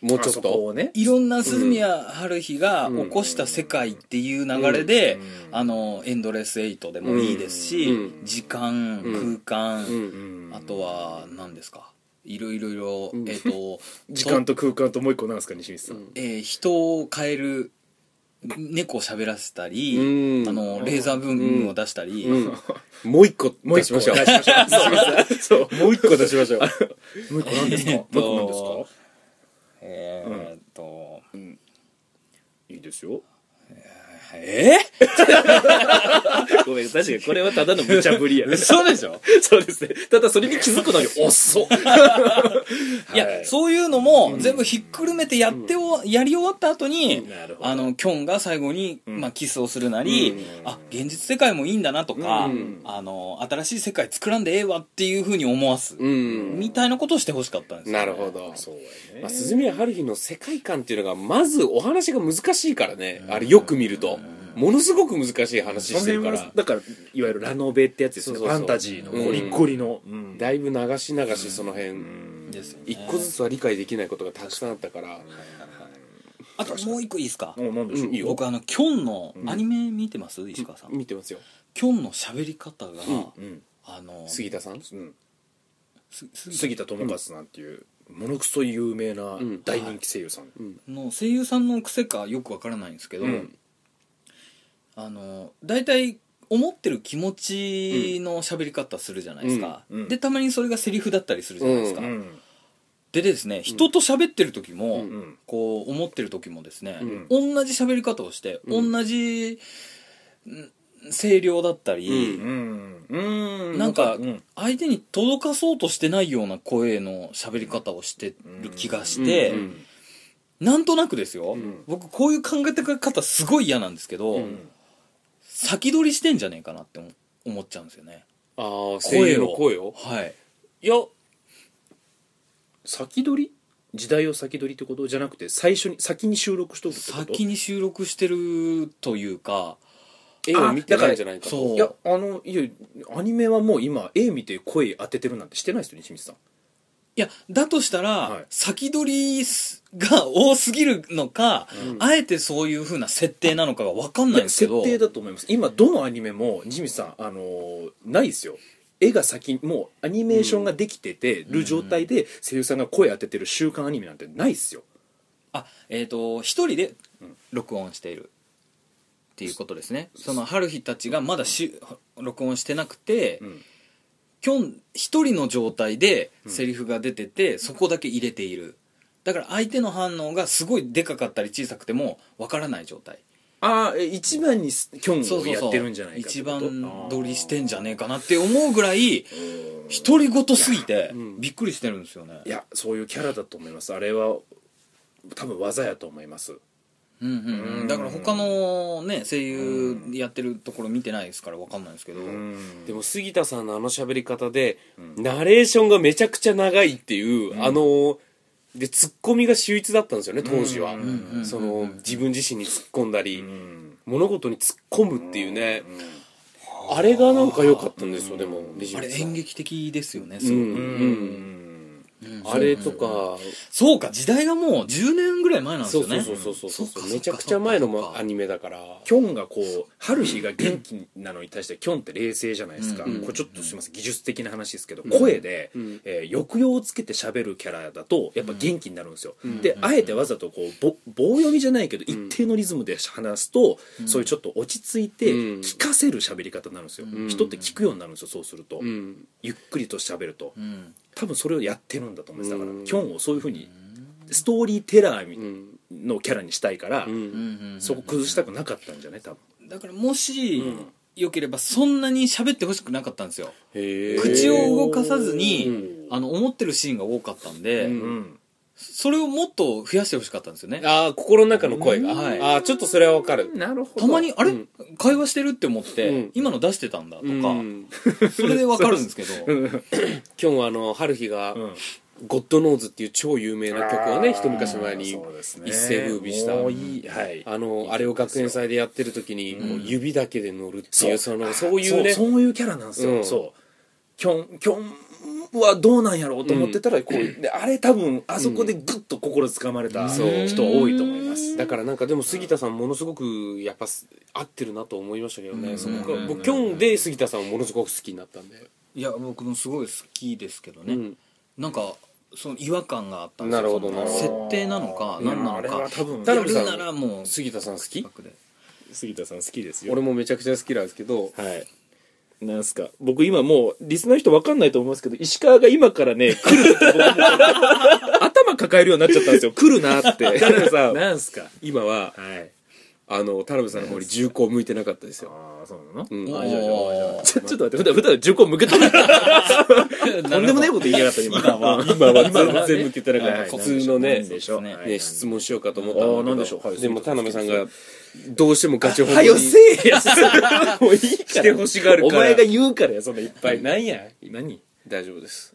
Speaker 1: もう
Speaker 2: あ
Speaker 1: ちょ
Speaker 2: そ
Speaker 1: っ
Speaker 2: ことをね
Speaker 4: いろんな鈴宮春日が起こした世界っていう流れで、あのエンドレスエイトでもいいですし、
Speaker 1: う
Speaker 4: 時間、
Speaker 1: うん
Speaker 4: 空間、
Speaker 1: うん
Speaker 4: あとは何ですかいろいろいろ、
Speaker 1: ん
Speaker 4: え っ、と
Speaker 2: 時間と空間ともう一個なんですか西光さん、
Speaker 4: えー人を変える猫を喋らせたり、
Speaker 1: うん
Speaker 4: あのレーザーブームを出したり、
Speaker 1: うんもう一個
Speaker 2: もう
Speaker 1: 出
Speaker 2: 一
Speaker 1: し
Speaker 2: 個
Speaker 1: ましょう
Speaker 2: 出しましょう そうそう
Speaker 1: もう一個出しましょう
Speaker 2: もう一個何ですか、
Speaker 4: えーっ
Speaker 2: も
Speaker 4: と
Speaker 2: う一個何ですか
Speaker 4: えーっと、
Speaker 2: いいですよ
Speaker 4: え
Speaker 2: ごめん確かにこれはただの無茶 ぶりや
Speaker 4: そうでしょ
Speaker 2: そうですねただそれに気づくのに遅 っ
Speaker 4: いや、そういうのも全部ひっくるめてやってお、やり終わった後に、
Speaker 2: うんなるほど
Speaker 4: あの、キョンが最後に、まあ、キスをするなり、あ、現実世界もいいんだなとか、
Speaker 1: うん
Speaker 4: あの、新しい世界作らんでええわっていうふうに思わす、
Speaker 1: うん
Speaker 4: みたいなことをしてほしかったんですよ
Speaker 1: なるほど
Speaker 2: そうや
Speaker 1: ま
Speaker 2: ね
Speaker 1: あ、鈴宮春日の世界観っていうのがまずお話が難しいからねあれよく見るとものすごく難しい話してるから
Speaker 2: だからいわゆるラノベってやつですよね
Speaker 1: そうそうそう
Speaker 2: ファンタジーのゴリッゴリの、うん
Speaker 1: だいぶ流し流しその辺
Speaker 4: ですよね
Speaker 1: 一個ずつは理解できないことがたくさんあったから
Speaker 4: あともう一個いいですか、
Speaker 2: もうなんでしょう、
Speaker 1: うんいいよ
Speaker 4: 僕あの、キョンの、アニメ見てます石川さん。
Speaker 1: 見てますよ
Speaker 4: キョンの喋り方が、
Speaker 2: うん
Speaker 4: あの、
Speaker 1: 杉田さん
Speaker 2: うん
Speaker 4: すす
Speaker 2: 杉田智和なんていう、ものくそ有名な大人気声優さん、
Speaker 1: ん
Speaker 4: の声優さんの癖かよくわからないんですけど、
Speaker 2: うん
Speaker 4: あの大体思ってる気持ちの喋り方するじゃないですか、
Speaker 2: うんうん
Speaker 4: でたまにそれがセリフだったりするじゃないですか、
Speaker 1: うん
Speaker 2: ん
Speaker 4: でですね人と喋ってる時も、
Speaker 2: ん
Speaker 4: こう思ってる時もですね、
Speaker 1: ん
Speaker 4: 同じ喋り方をして、同じん声量だったり、
Speaker 2: うんうん
Speaker 4: なんか
Speaker 2: うん
Speaker 4: 相手に届かそうとしてないような声の喋り方をしてる気がして、
Speaker 1: うん
Speaker 4: なんとなくですよ、
Speaker 1: ん
Speaker 4: 僕こういう考え方すごい嫌なんですけど、
Speaker 1: ん
Speaker 4: 先取りしてんじゃねえかなって思思っちゃうんですよね
Speaker 1: ああ声優の声を
Speaker 4: はい
Speaker 2: いや先取り時代を先取りってことじゃなくて最初に先に収録しとくってこと
Speaker 4: 先に収録してるというか
Speaker 1: 絵を見てないんじゃないかと
Speaker 4: そう
Speaker 2: いやあのいやアニメはもう今絵見て声当ててるなんてしてないですよね清水さん
Speaker 4: いやだとしたら、
Speaker 2: はい
Speaker 4: 先取りすが多すぎるのか、あえてそういう風な設定なのかが分かんないんですけ
Speaker 2: 設
Speaker 4: ど
Speaker 2: 定だと思います今どのアニメも西水さんあのーないですよ絵が先にもうアニメーションができててる状態で声優さんが声当ててる週刊アニメなんてないですよ
Speaker 4: あえっ、と一人で録音しているっていうことですねその春日たちがまだし録音してなくて、
Speaker 2: うん
Speaker 4: きょん一人の状態でセリフが出てて、そこだけ入れているだから相手の反応がすごいでかかったり小さくてもわからない状態
Speaker 2: ああ一番にキョンを
Speaker 4: そう
Speaker 2: やってるんじゃないか
Speaker 4: 一
Speaker 2: ってこと
Speaker 4: 番撮りしてんじゃねえかなって思うぐらい独り言すぎてびっくりしてるんですよね
Speaker 2: いやそういうキャラだと思いますあれは多分技やと思います
Speaker 4: うんうんうんだから他のね声優やってるところ見てないですからわかんないですけど
Speaker 1: でも杉田さんのあの喋り方で、ナレーションがめちゃくちゃ長いっていう、あのでツッコミが秀逸だったんですよね当時は、その自分自身に突っ込んだり、物事に突っ込むっていうね、あれがなんか良かったんですよ、でも西
Speaker 4: あ
Speaker 1: 口
Speaker 4: れ
Speaker 1: さん
Speaker 4: 演劇的ですよね
Speaker 1: う
Speaker 4: す
Speaker 1: ん
Speaker 4: ご
Speaker 1: う
Speaker 4: く
Speaker 1: んあれとか
Speaker 4: そうか時代がもう10年ぐらい前なんです
Speaker 1: そう
Speaker 4: よ
Speaker 1: そう
Speaker 4: ね
Speaker 1: そうそうそう
Speaker 4: っかっかっか
Speaker 1: めちゃくちゃ前のア
Speaker 4: そっか
Speaker 1: ニメだから
Speaker 2: キョンがこう春日が元気なのに対してキョンって冷静じゃないですか、
Speaker 4: うん
Speaker 2: これちょっとすいません技術的な話ですけど、声で、
Speaker 1: ん
Speaker 2: えー抑揚をつけて喋るキャラだとやっぱ元気になるんですよ、であえてわざとこうぼ棒読みじゃないけど一定のリズムで話すと、そういうちょっと落ち着いて
Speaker 1: うん
Speaker 2: 聞かせる喋り方になるんですよ、
Speaker 1: ん
Speaker 2: 人って聞くようになるんですよそうすると、
Speaker 1: うん
Speaker 2: ゆっくりと喋ると、
Speaker 4: うん
Speaker 2: 多分それをやってるんだと思いますだから、
Speaker 1: うん
Speaker 2: キョンをそういうふうにストーリーテラーみ
Speaker 1: うん
Speaker 2: のキャラにしたいから、
Speaker 1: うん
Speaker 4: うんうんうん
Speaker 2: そこ崩したくなかったんじゃない多分
Speaker 4: だからもし、よければそんなに喋ってほしくなかったんですよ
Speaker 1: へえ
Speaker 4: 口を動かさずに、
Speaker 1: う
Speaker 4: あの思ってるシーンが多かったんで、
Speaker 1: うん
Speaker 2: うん
Speaker 4: それをもっと増やしてほしかったんですよね
Speaker 1: ああ心の中の声が、
Speaker 4: うんはい
Speaker 1: ああちょっとそれはわかる
Speaker 2: なるほ
Speaker 4: たまにあれ、
Speaker 1: うん
Speaker 4: 会話してるって思って、
Speaker 1: うん
Speaker 4: 今の出してたんだとか、
Speaker 1: うん
Speaker 4: それでわかるんですけ
Speaker 1: 今
Speaker 4: ど
Speaker 1: 日はあの春日が、
Speaker 2: うん
Speaker 1: ゴッドノーズ」っていう超有名な曲をね一昔前に
Speaker 2: そうですね
Speaker 1: 一世風靡した
Speaker 2: もういいはい
Speaker 1: あのあれを学園祭でやってる時にこう指だけで乗るっていうその
Speaker 2: あ
Speaker 1: そういうね
Speaker 2: そうそういうキャラなんですよ、
Speaker 1: うん
Speaker 2: そうキョンキョンはどうなんやろうと思ってたら、こうであれ多分あそこでグッと心つかまれた人
Speaker 1: そう
Speaker 2: は多いと思います、
Speaker 1: だからなんかでも杉田さんものすごくやっぱす合ってるなと思いましたけどねそこが僕キョンで杉田さんをものすごく好きになったんで
Speaker 4: いや僕もすごい好きですけどね、
Speaker 1: うん
Speaker 4: なんかその違和感があったんですよ
Speaker 1: なるほど
Speaker 4: その
Speaker 1: なるほど
Speaker 4: 設定なのか何な
Speaker 2: あ
Speaker 4: の
Speaker 2: れ
Speaker 4: か、
Speaker 2: は多分
Speaker 1: 田
Speaker 4: や
Speaker 1: 辺さ
Speaker 4: る
Speaker 1: ん
Speaker 4: ならもう
Speaker 1: 杉田さん好き
Speaker 4: 近くで
Speaker 2: 杉田さん好きです
Speaker 1: 俺もめちゃくちゃ好きなんですけど
Speaker 2: はいなんすか僕今もうリスナーの人分かんないと思いますけど石川が今からね来るって僕もう 頭抱えるようになっちゃったんですよ来るな って
Speaker 1: 田辺さん
Speaker 2: なんすか
Speaker 1: 今は
Speaker 2: はい
Speaker 1: あの田辺さんの方に重厚向いてなかったですよ
Speaker 2: ああそうなの、
Speaker 1: うん
Speaker 2: あじゃあじゃあじゃあ
Speaker 4: おー
Speaker 2: ちょちょっと待って普段普段重厚向けてない とんでもないこと言いやがった今 今は
Speaker 1: 今は全然向けてなかった
Speaker 2: はい
Speaker 1: 普通のね
Speaker 2: でしょ
Speaker 4: ね
Speaker 1: ね、質問しようかと思ったんだけ
Speaker 2: あー
Speaker 1: ど
Speaker 2: なんでしょうはい
Speaker 1: でも田辺さんがどうしてもガチホコ
Speaker 2: は
Speaker 1: に
Speaker 2: よせえや もういいから
Speaker 1: してほしがるから
Speaker 2: お前が言うからやそんないっぱい
Speaker 1: なんや
Speaker 2: 何
Speaker 1: 大丈夫です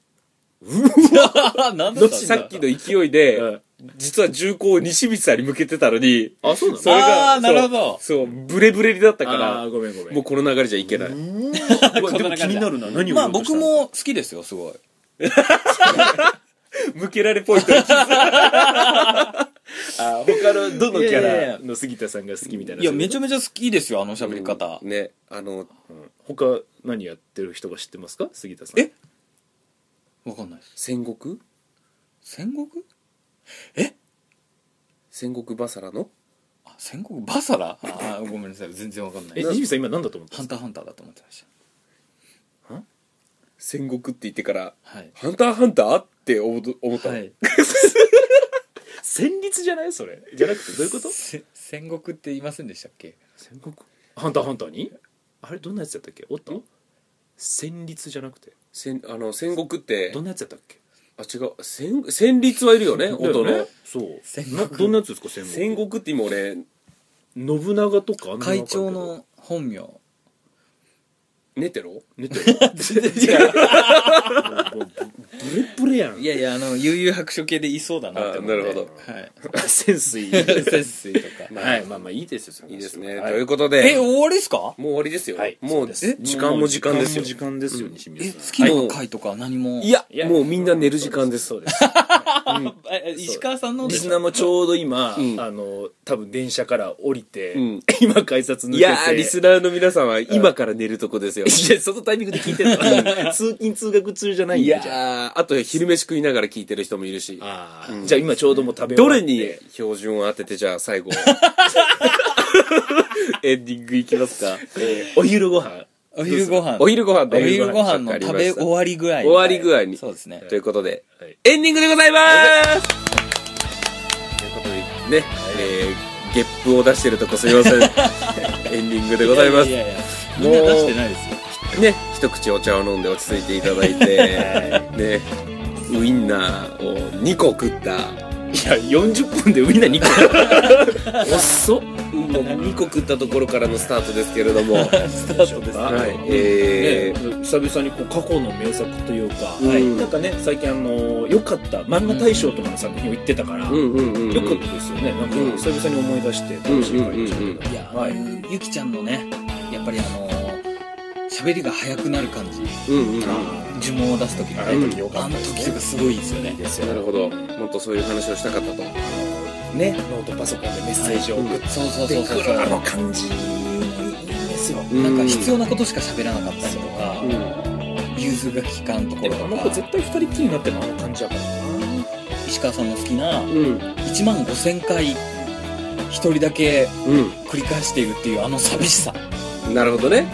Speaker 4: 何だったんだ
Speaker 1: さっきの勢いで、
Speaker 2: うん
Speaker 1: 実は重厚を西光さんに向けてたのに
Speaker 2: あそうな
Speaker 1: それが
Speaker 4: あーなるほど
Speaker 1: そうそうブレブレになったか
Speaker 2: あ
Speaker 1: ら
Speaker 2: ーごめんごめん
Speaker 1: もうこの流れじゃいけない
Speaker 2: わでも気になるな何を言おうとしたの
Speaker 4: まあ僕も好きですよすごい
Speaker 1: 向けられポイントに気 づい
Speaker 2: あ他のどのキ
Speaker 4: いやいや
Speaker 2: ャラ
Speaker 4: い
Speaker 2: の杉田さんが好きみたいないい
Speaker 4: やめちゃめちゃ好きですよあの喋り方、
Speaker 1: ねあの
Speaker 2: 他何やってる人が知ってますか杉田さん
Speaker 1: え
Speaker 4: わかんないです
Speaker 1: 戦国
Speaker 4: 戦国
Speaker 1: 戦国バサラの
Speaker 4: あ戦国バサラあーごめんなさい全然わかんな
Speaker 2: え
Speaker 4: い
Speaker 2: ジミーさん今何だと思った
Speaker 4: ハンターハンターだと思ってまし
Speaker 1: 戦国って言ってから
Speaker 4: たはい
Speaker 1: 「ハンターハンター?」って思う思ったの、
Speaker 4: はい
Speaker 2: 戦慄じゃないそれじゃなくてどういうこと
Speaker 4: せ戦国って言いませんでしたっけ
Speaker 2: 戦国ハンターハンターにあれどんなやつやったっけおった戦慄じゃなくて
Speaker 1: 戦あの戦国って
Speaker 2: どんなやつやったっけ
Speaker 1: あ違う戦戦律はいるよね音
Speaker 2: だよ
Speaker 1: の
Speaker 2: ねそう
Speaker 4: 戦国
Speaker 2: などんなやつですか戦国
Speaker 1: 戦国って今俺
Speaker 2: 信長とかあんなの
Speaker 4: 会長 の本名
Speaker 1: 寝てろ
Speaker 2: 寝てる
Speaker 4: 全然違う
Speaker 2: もうブレブレやん
Speaker 4: いやいやあの悠々白書系でいそうだなって思って
Speaker 1: あなるほど
Speaker 4: はい
Speaker 2: 潜 水
Speaker 4: 節水とか
Speaker 2: はいまあまあいいですよその話はい
Speaker 1: いですね、ということで
Speaker 4: え終わりですか
Speaker 1: もう終わりですよ、
Speaker 2: はい
Speaker 1: もう
Speaker 2: そうです
Speaker 1: 時間も時間ですよ
Speaker 2: 時間も時間ですよ西
Speaker 4: え
Speaker 2: 水
Speaker 4: 好
Speaker 2: さん
Speaker 4: きな回とか何も
Speaker 2: いや
Speaker 1: いやもうみんな寝る時間です
Speaker 2: そうですそうです
Speaker 4: あえ石川さんの
Speaker 2: リ
Speaker 4: で
Speaker 2: ス
Speaker 4: す
Speaker 2: ナーもちょうど今、
Speaker 1: うん
Speaker 2: あの多分電車から降りて、
Speaker 1: うん
Speaker 2: 今改札抜けて
Speaker 1: いやーリスナーの皆さんは今から寝るとこですよ
Speaker 2: いやそのタイミングで聞いてるの 通勤通学中じゃないん
Speaker 1: い
Speaker 2: で
Speaker 1: や
Speaker 2: じゃ
Speaker 1: ーあと昼飯食いながら聞いてる人もいるし
Speaker 2: ああーじゃあ今ちょうどもう食べ終
Speaker 1: ど
Speaker 2: わっ
Speaker 1: れ
Speaker 2: て
Speaker 1: に標準を当ててじゃあ最後エンディングいきますか、え
Speaker 2: お昼ご飯
Speaker 4: お昼ご飯
Speaker 1: ーお昼ご飯
Speaker 4: お昼ご飯の
Speaker 1: ちょっとありま
Speaker 4: 食べ
Speaker 1: した
Speaker 4: 終わり具合
Speaker 1: 終わり具合に
Speaker 4: そうですね
Speaker 1: ということで、
Speaker 2: はい
Speaker 1: エンディングでございますということでね、えー、ゲップを出してるとこすいませんエンディングでございます
Speaker 4: やややみんな出してないですよ
Speaker 1: ね一口お茶を飲んで落ち着いていただいてねウインナーを2個食った
Speaker 2: いや40分でウインナー2個遅っ
Speaker 1: もう2個食ったところからのスタートですけれども は
Speaker 4: スタートです
Speaker 2: はい
Speaker 1: え
Speaker 2: ね久々にこう過去の名作というか、
Speaker 1: うん
Speaker 2: はいなんかね最近あの良かった漫画大賞とかの作品を言ってたから、
Speaker 1: ー、うんうんうんうん
Speaker 2: よかったですよねなんか
Speaker 1: うん
Speaker 2: 久々に思い出して楽しい感じでしたけど
Speaker 4: いや、
Speaker 2: はい
Speaker 4: ゆきちゃんのねやっぱりあのー喋りが早くなる感じ
Speaker 1: うんうんうん
Speaker 4: 呪文を出す時の
Speaker 2: あ
Speaker 4: ね、
Speaker 2: の時良か
Speaker 4: あ
Speaker 2: っ
Speaker 4: の
Speaker 2: たです
Speaker 4: 時
Speaker 2: ね
Speaker 4: とかすごいですよね
Speaker 2: です
Speaker 1: なるほどもっとそういう話をしたかったと
Speaker 2: ねノートパソコンでメッセージを送っ
Speaker 4: そうそうそ
Speaker 2: て
Speaker 4: うそ
Speaker 2: く
Speaker 4: うそう
Speaker 2: るあの感じいいですよ
Speaker 1: うん
Speaker 4: なんか必要なことしか喋らなかったりとか
Speaker 1: うん
Speaker 4: 融通が利かんとこ
Speaker 2: で
Speaker 4: ろ
Speaker 2: もあ
Speaker 4: と
Speaker 2: の子
Speaker 4: か
Speaker 2: 絶対二人っきりになってもあの感じやからな
Speaker 4: 石川さんの好きな
Speaker 1: うん
Speaker 4: 1万5000回一人だけ
Speaker 1: う
Speaker 4: 繰り返しているっていうあの寂しさ
Speaker 1: んなるほどね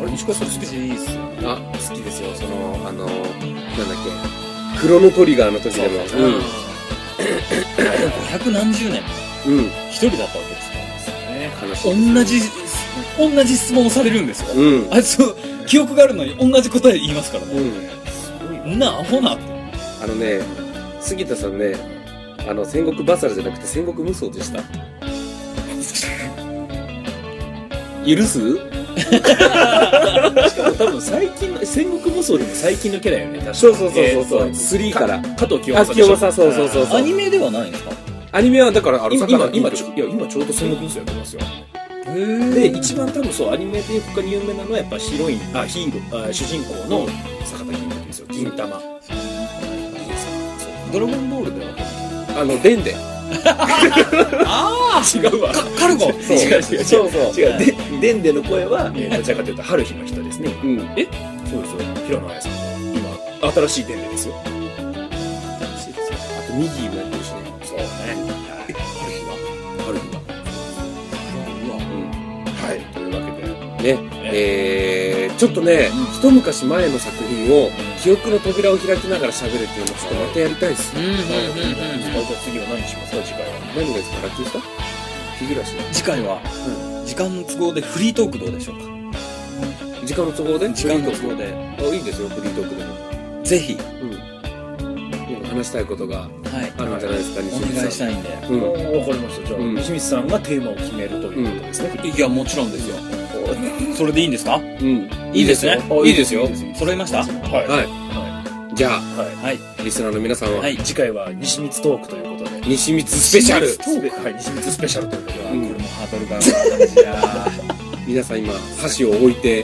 Speaker 4: あ
Speaker 2: れ石川さん好き
Speaker 4: いいっすよね
Speaker 1: あ好きですよそのあのなんだっけクロノトリガーの時でも
Speaker 2: そうそう
Speaker 4: 500何十年
Speaker 1: うんうん
Speaker 4: 一人だったわけですね
Speaker 2: ね
Speaker 1: 悲しい
Speaker 4: 同じ同じ質問をされるんですよ、
Speaker 1: うん
Speaker 4: あいつ記憶があるのに同じ答え言いますから
Speaker 1: う
Speaker 4: ね、
Speaker 1: ん
Speaker 2: すごいよ
Speaker 4: ん、なアホなって
Speaker 1: あのね杉田さんねあの戦国バサラじゃなくて戦国無双で した許す
Speaker 2: しかも多分最近の戦国無双でも最近のキャラよね確か
Speaker 1: そうそうそうそうそう
Speaker 2: えーと
Speaker 1: 3から
Speaker 2: 加藤清
Speaker 1: あ
Speaker 2: 正でしょ
Speaker 1: 清正そうそうそうそ
Speaker 4: ア
Speaker 1: う
Speaker 4: ニメではないんですか
Speaker 1: アニメはだからあの
Speaker 2: 今
Speaker 1: 坂田
Speaker 2: 今今
Speaker 1: ピ
Speaker 2: ち
Speaker 1: ン
Speaker 2: ょいや今ちょうど戦国無双やってますよで
Speaker 4: で
Speaker 2: 一番多分そうアニメで他に有名なのはやっぱヒロインあヒーローあ主人公の坂田銀時ですよ銀玉
Speaker 4: ドラゴンボールでは
Speaker 1: あのでんでん
Speaker 4: あ
Speaker 2: 違うわ
Speaker 4: あカルゴ
Speaker 2: そう違う違う違う
Speaker 1: そうそう
Speaker 2: 違うででんでの声はえーどちらかというと春日の人ですね
Speaker 1: うん
Speaker 2: 今そうですよ平野綾さん今新しいでんでですよ新しいですよ
Speaker 1: あとミギーもやってるしね
Speaker 2: そうね
Speaker 1: 春日がうん
Speaker 2: はいはいというわけで
Speaker 1: ねえー、ちょっとね、一昔前の作品を記憶の扉を開きながら喋るっていうのをちょっとまたやりたいです
Speaker 4: うんうんうんうん
Speaker 2: じゃあ次は何しますか次回は
Speaker 1: 何がですかラッキースター日暮らし
Speaker 4: 次回は、時間の都合でフリートークどうでしょうか
Speaker 1: 時間の都合で
Speaker 4: 時間の
Speaker 1: フ
Speaker 4: 都
Speaker 1: リートー
Speaker 4: 合で
Speaker 1: クあいいですよフリートークでも
Speaker 4: ぜひ、は
Speaker 1: うん話したいことが
Speaker 4: い、
Speaker 1: あるんじゃないですか西口
Speaker 4: お
Speaker 1: さん
Speaker 4: 願いしたいんで
Speaker 1: うん
Speaker 2: おーわかりましたじゃあ
Speaker 1: うん
Speaker 2: 西光さんがテーマを決めるということですね
Speaker 4: いやもちろんですよそれでいいんですか
Speaker 1: うん
Speaker 4: いいですね
Speaker 1: よいいですよ
Speaker 4: 揃いました
Speaker 2: はい
Speaker 1: はい
Speaker 2: は
Speaker 1: じゃ
Speaker 2: いは
Speaker 4: はい
Speaker 1: あリスナーの皆さんは、
Speaker 4: はい
Speaker 2: い次回は西光トークということで
Speaker 1: 西光スペシャル
Speaker 2: 西光トークはい西光スペシャルということで
Speaker 1: うん
Speaker 4: これもハードルが上がる感じや
Speaker 1: 皆さん今箸を置いて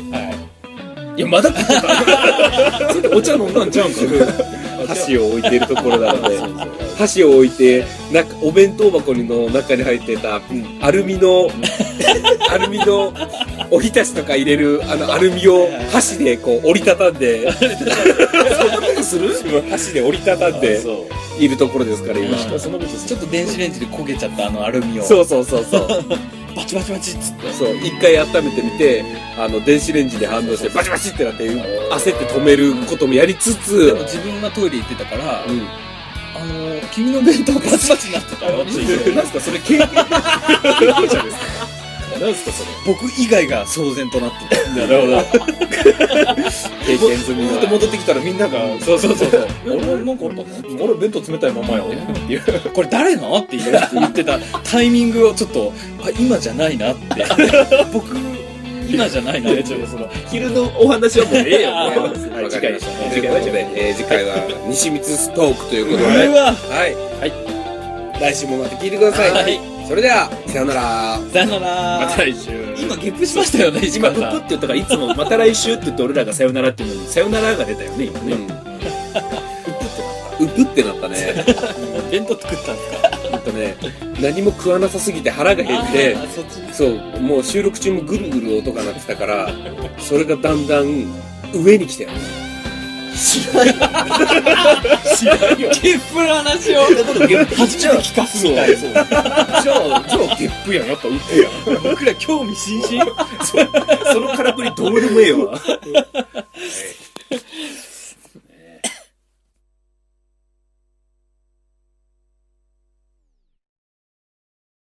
Speaker 2: いやまだ食ってたそれでお茶飲んだんちゃうんか
Speaker 1: 箸を置いているところなので箸を置いてなんかお弁当箱の中に入ってたアルミ のアルミのおひたしとか入れるあのアルミを箸でこう折りたたんで そんなことする箸で折りたたんで
Speaker 2: そう
Speaker 1: いるところですから今、
Speaker 4: うん
Speaker 1: そんなことす
Speaker 4: ちょっと電子レンジで焦げちゃったあのアルミを
Speaker 1: そうそうそう そう
Speaker 4: バチバチバチっつって
Speaker 1: そう一回温めてみてあの電子レンジで反応してバチバチってなって焦って止めることもやりつつ、
Speaker 4: でも自分がトイレ行ってたから、
Speaker 1: うん
Speaker 4: あの君の弁当バチバチになってたよっていう
Speaker 1: 何すかそれ経験経験者ですか何すかそ
Speaker 4: 僕以外が騒然となってた
Speaker 1: れなるほど経験済み
Speaker 2: ず
Speaker 1: の
Speaker 2: っと戻ってきたらみんなが、そうそうそうそう。
Speaker 4: 俺なんかあったの
Speaker 2: 俺弁当冷たいままよっていう。
Speaker 4: これ誰のって言ってたタイミングをちょっとあ今じゃないなって僕今じゃないなって
Speaker 2: その、昼のお話はもうええよ、
Speaker 1: わ
Speaker 2: も
Speaker 1: かり
Speaker 2: う。
Speaker 1: ました
Speaker 2: 次回、
Speaker 1: とい
Speaker 2: 次
Speaker 1: う
Speaker 2: 回
Speaker 1: こと
Speaker 2: は
Speaker 1: で
Speaker 2: 次回。
Speaker 1: えー次回は西光トークということで、
Speaker 4: これは
Speaker 1: はい、はい、来週もまた聞いてください、
Speaker 4: はい
Speaker 1: それではさようなら
Speaker 4: さよなら
Speaker 2: また来週。
Speaker 4: 今ゲップしましたよね石
Speaker 2: 今、
Speaker 4: 川
Speaker 2: プ
Speaker 4: さ
Speaker 2: ッ
Speaker 4: ん
Speaker 2: って言ったから、いつもまた来週って言って俺らがさよならっていうのに、さよならが出たよね、今
Speaker 1: う
Speaker 2: ね。
Speaker 1: んうぷってなったね。
Speaker 4: 弁当作ったんですか
Speaker 1: ほんとね、何も食わなさすぎて腹が減って
Speaker 4: あ、ーそっち
Speaker 1: そう、もう収録中もぐるぐる音が鳴ってたから、それがだんだん上に来たよね。
Speaker 4: ゲップの話を初めて聞かすみたいな
Speaker 2: じゃあ、じゃあ、ゲップやん。やっぱ、うっやん。
Speaker 4: 僕ら興味津々
Speaker 2: その空振りどうでもええわ。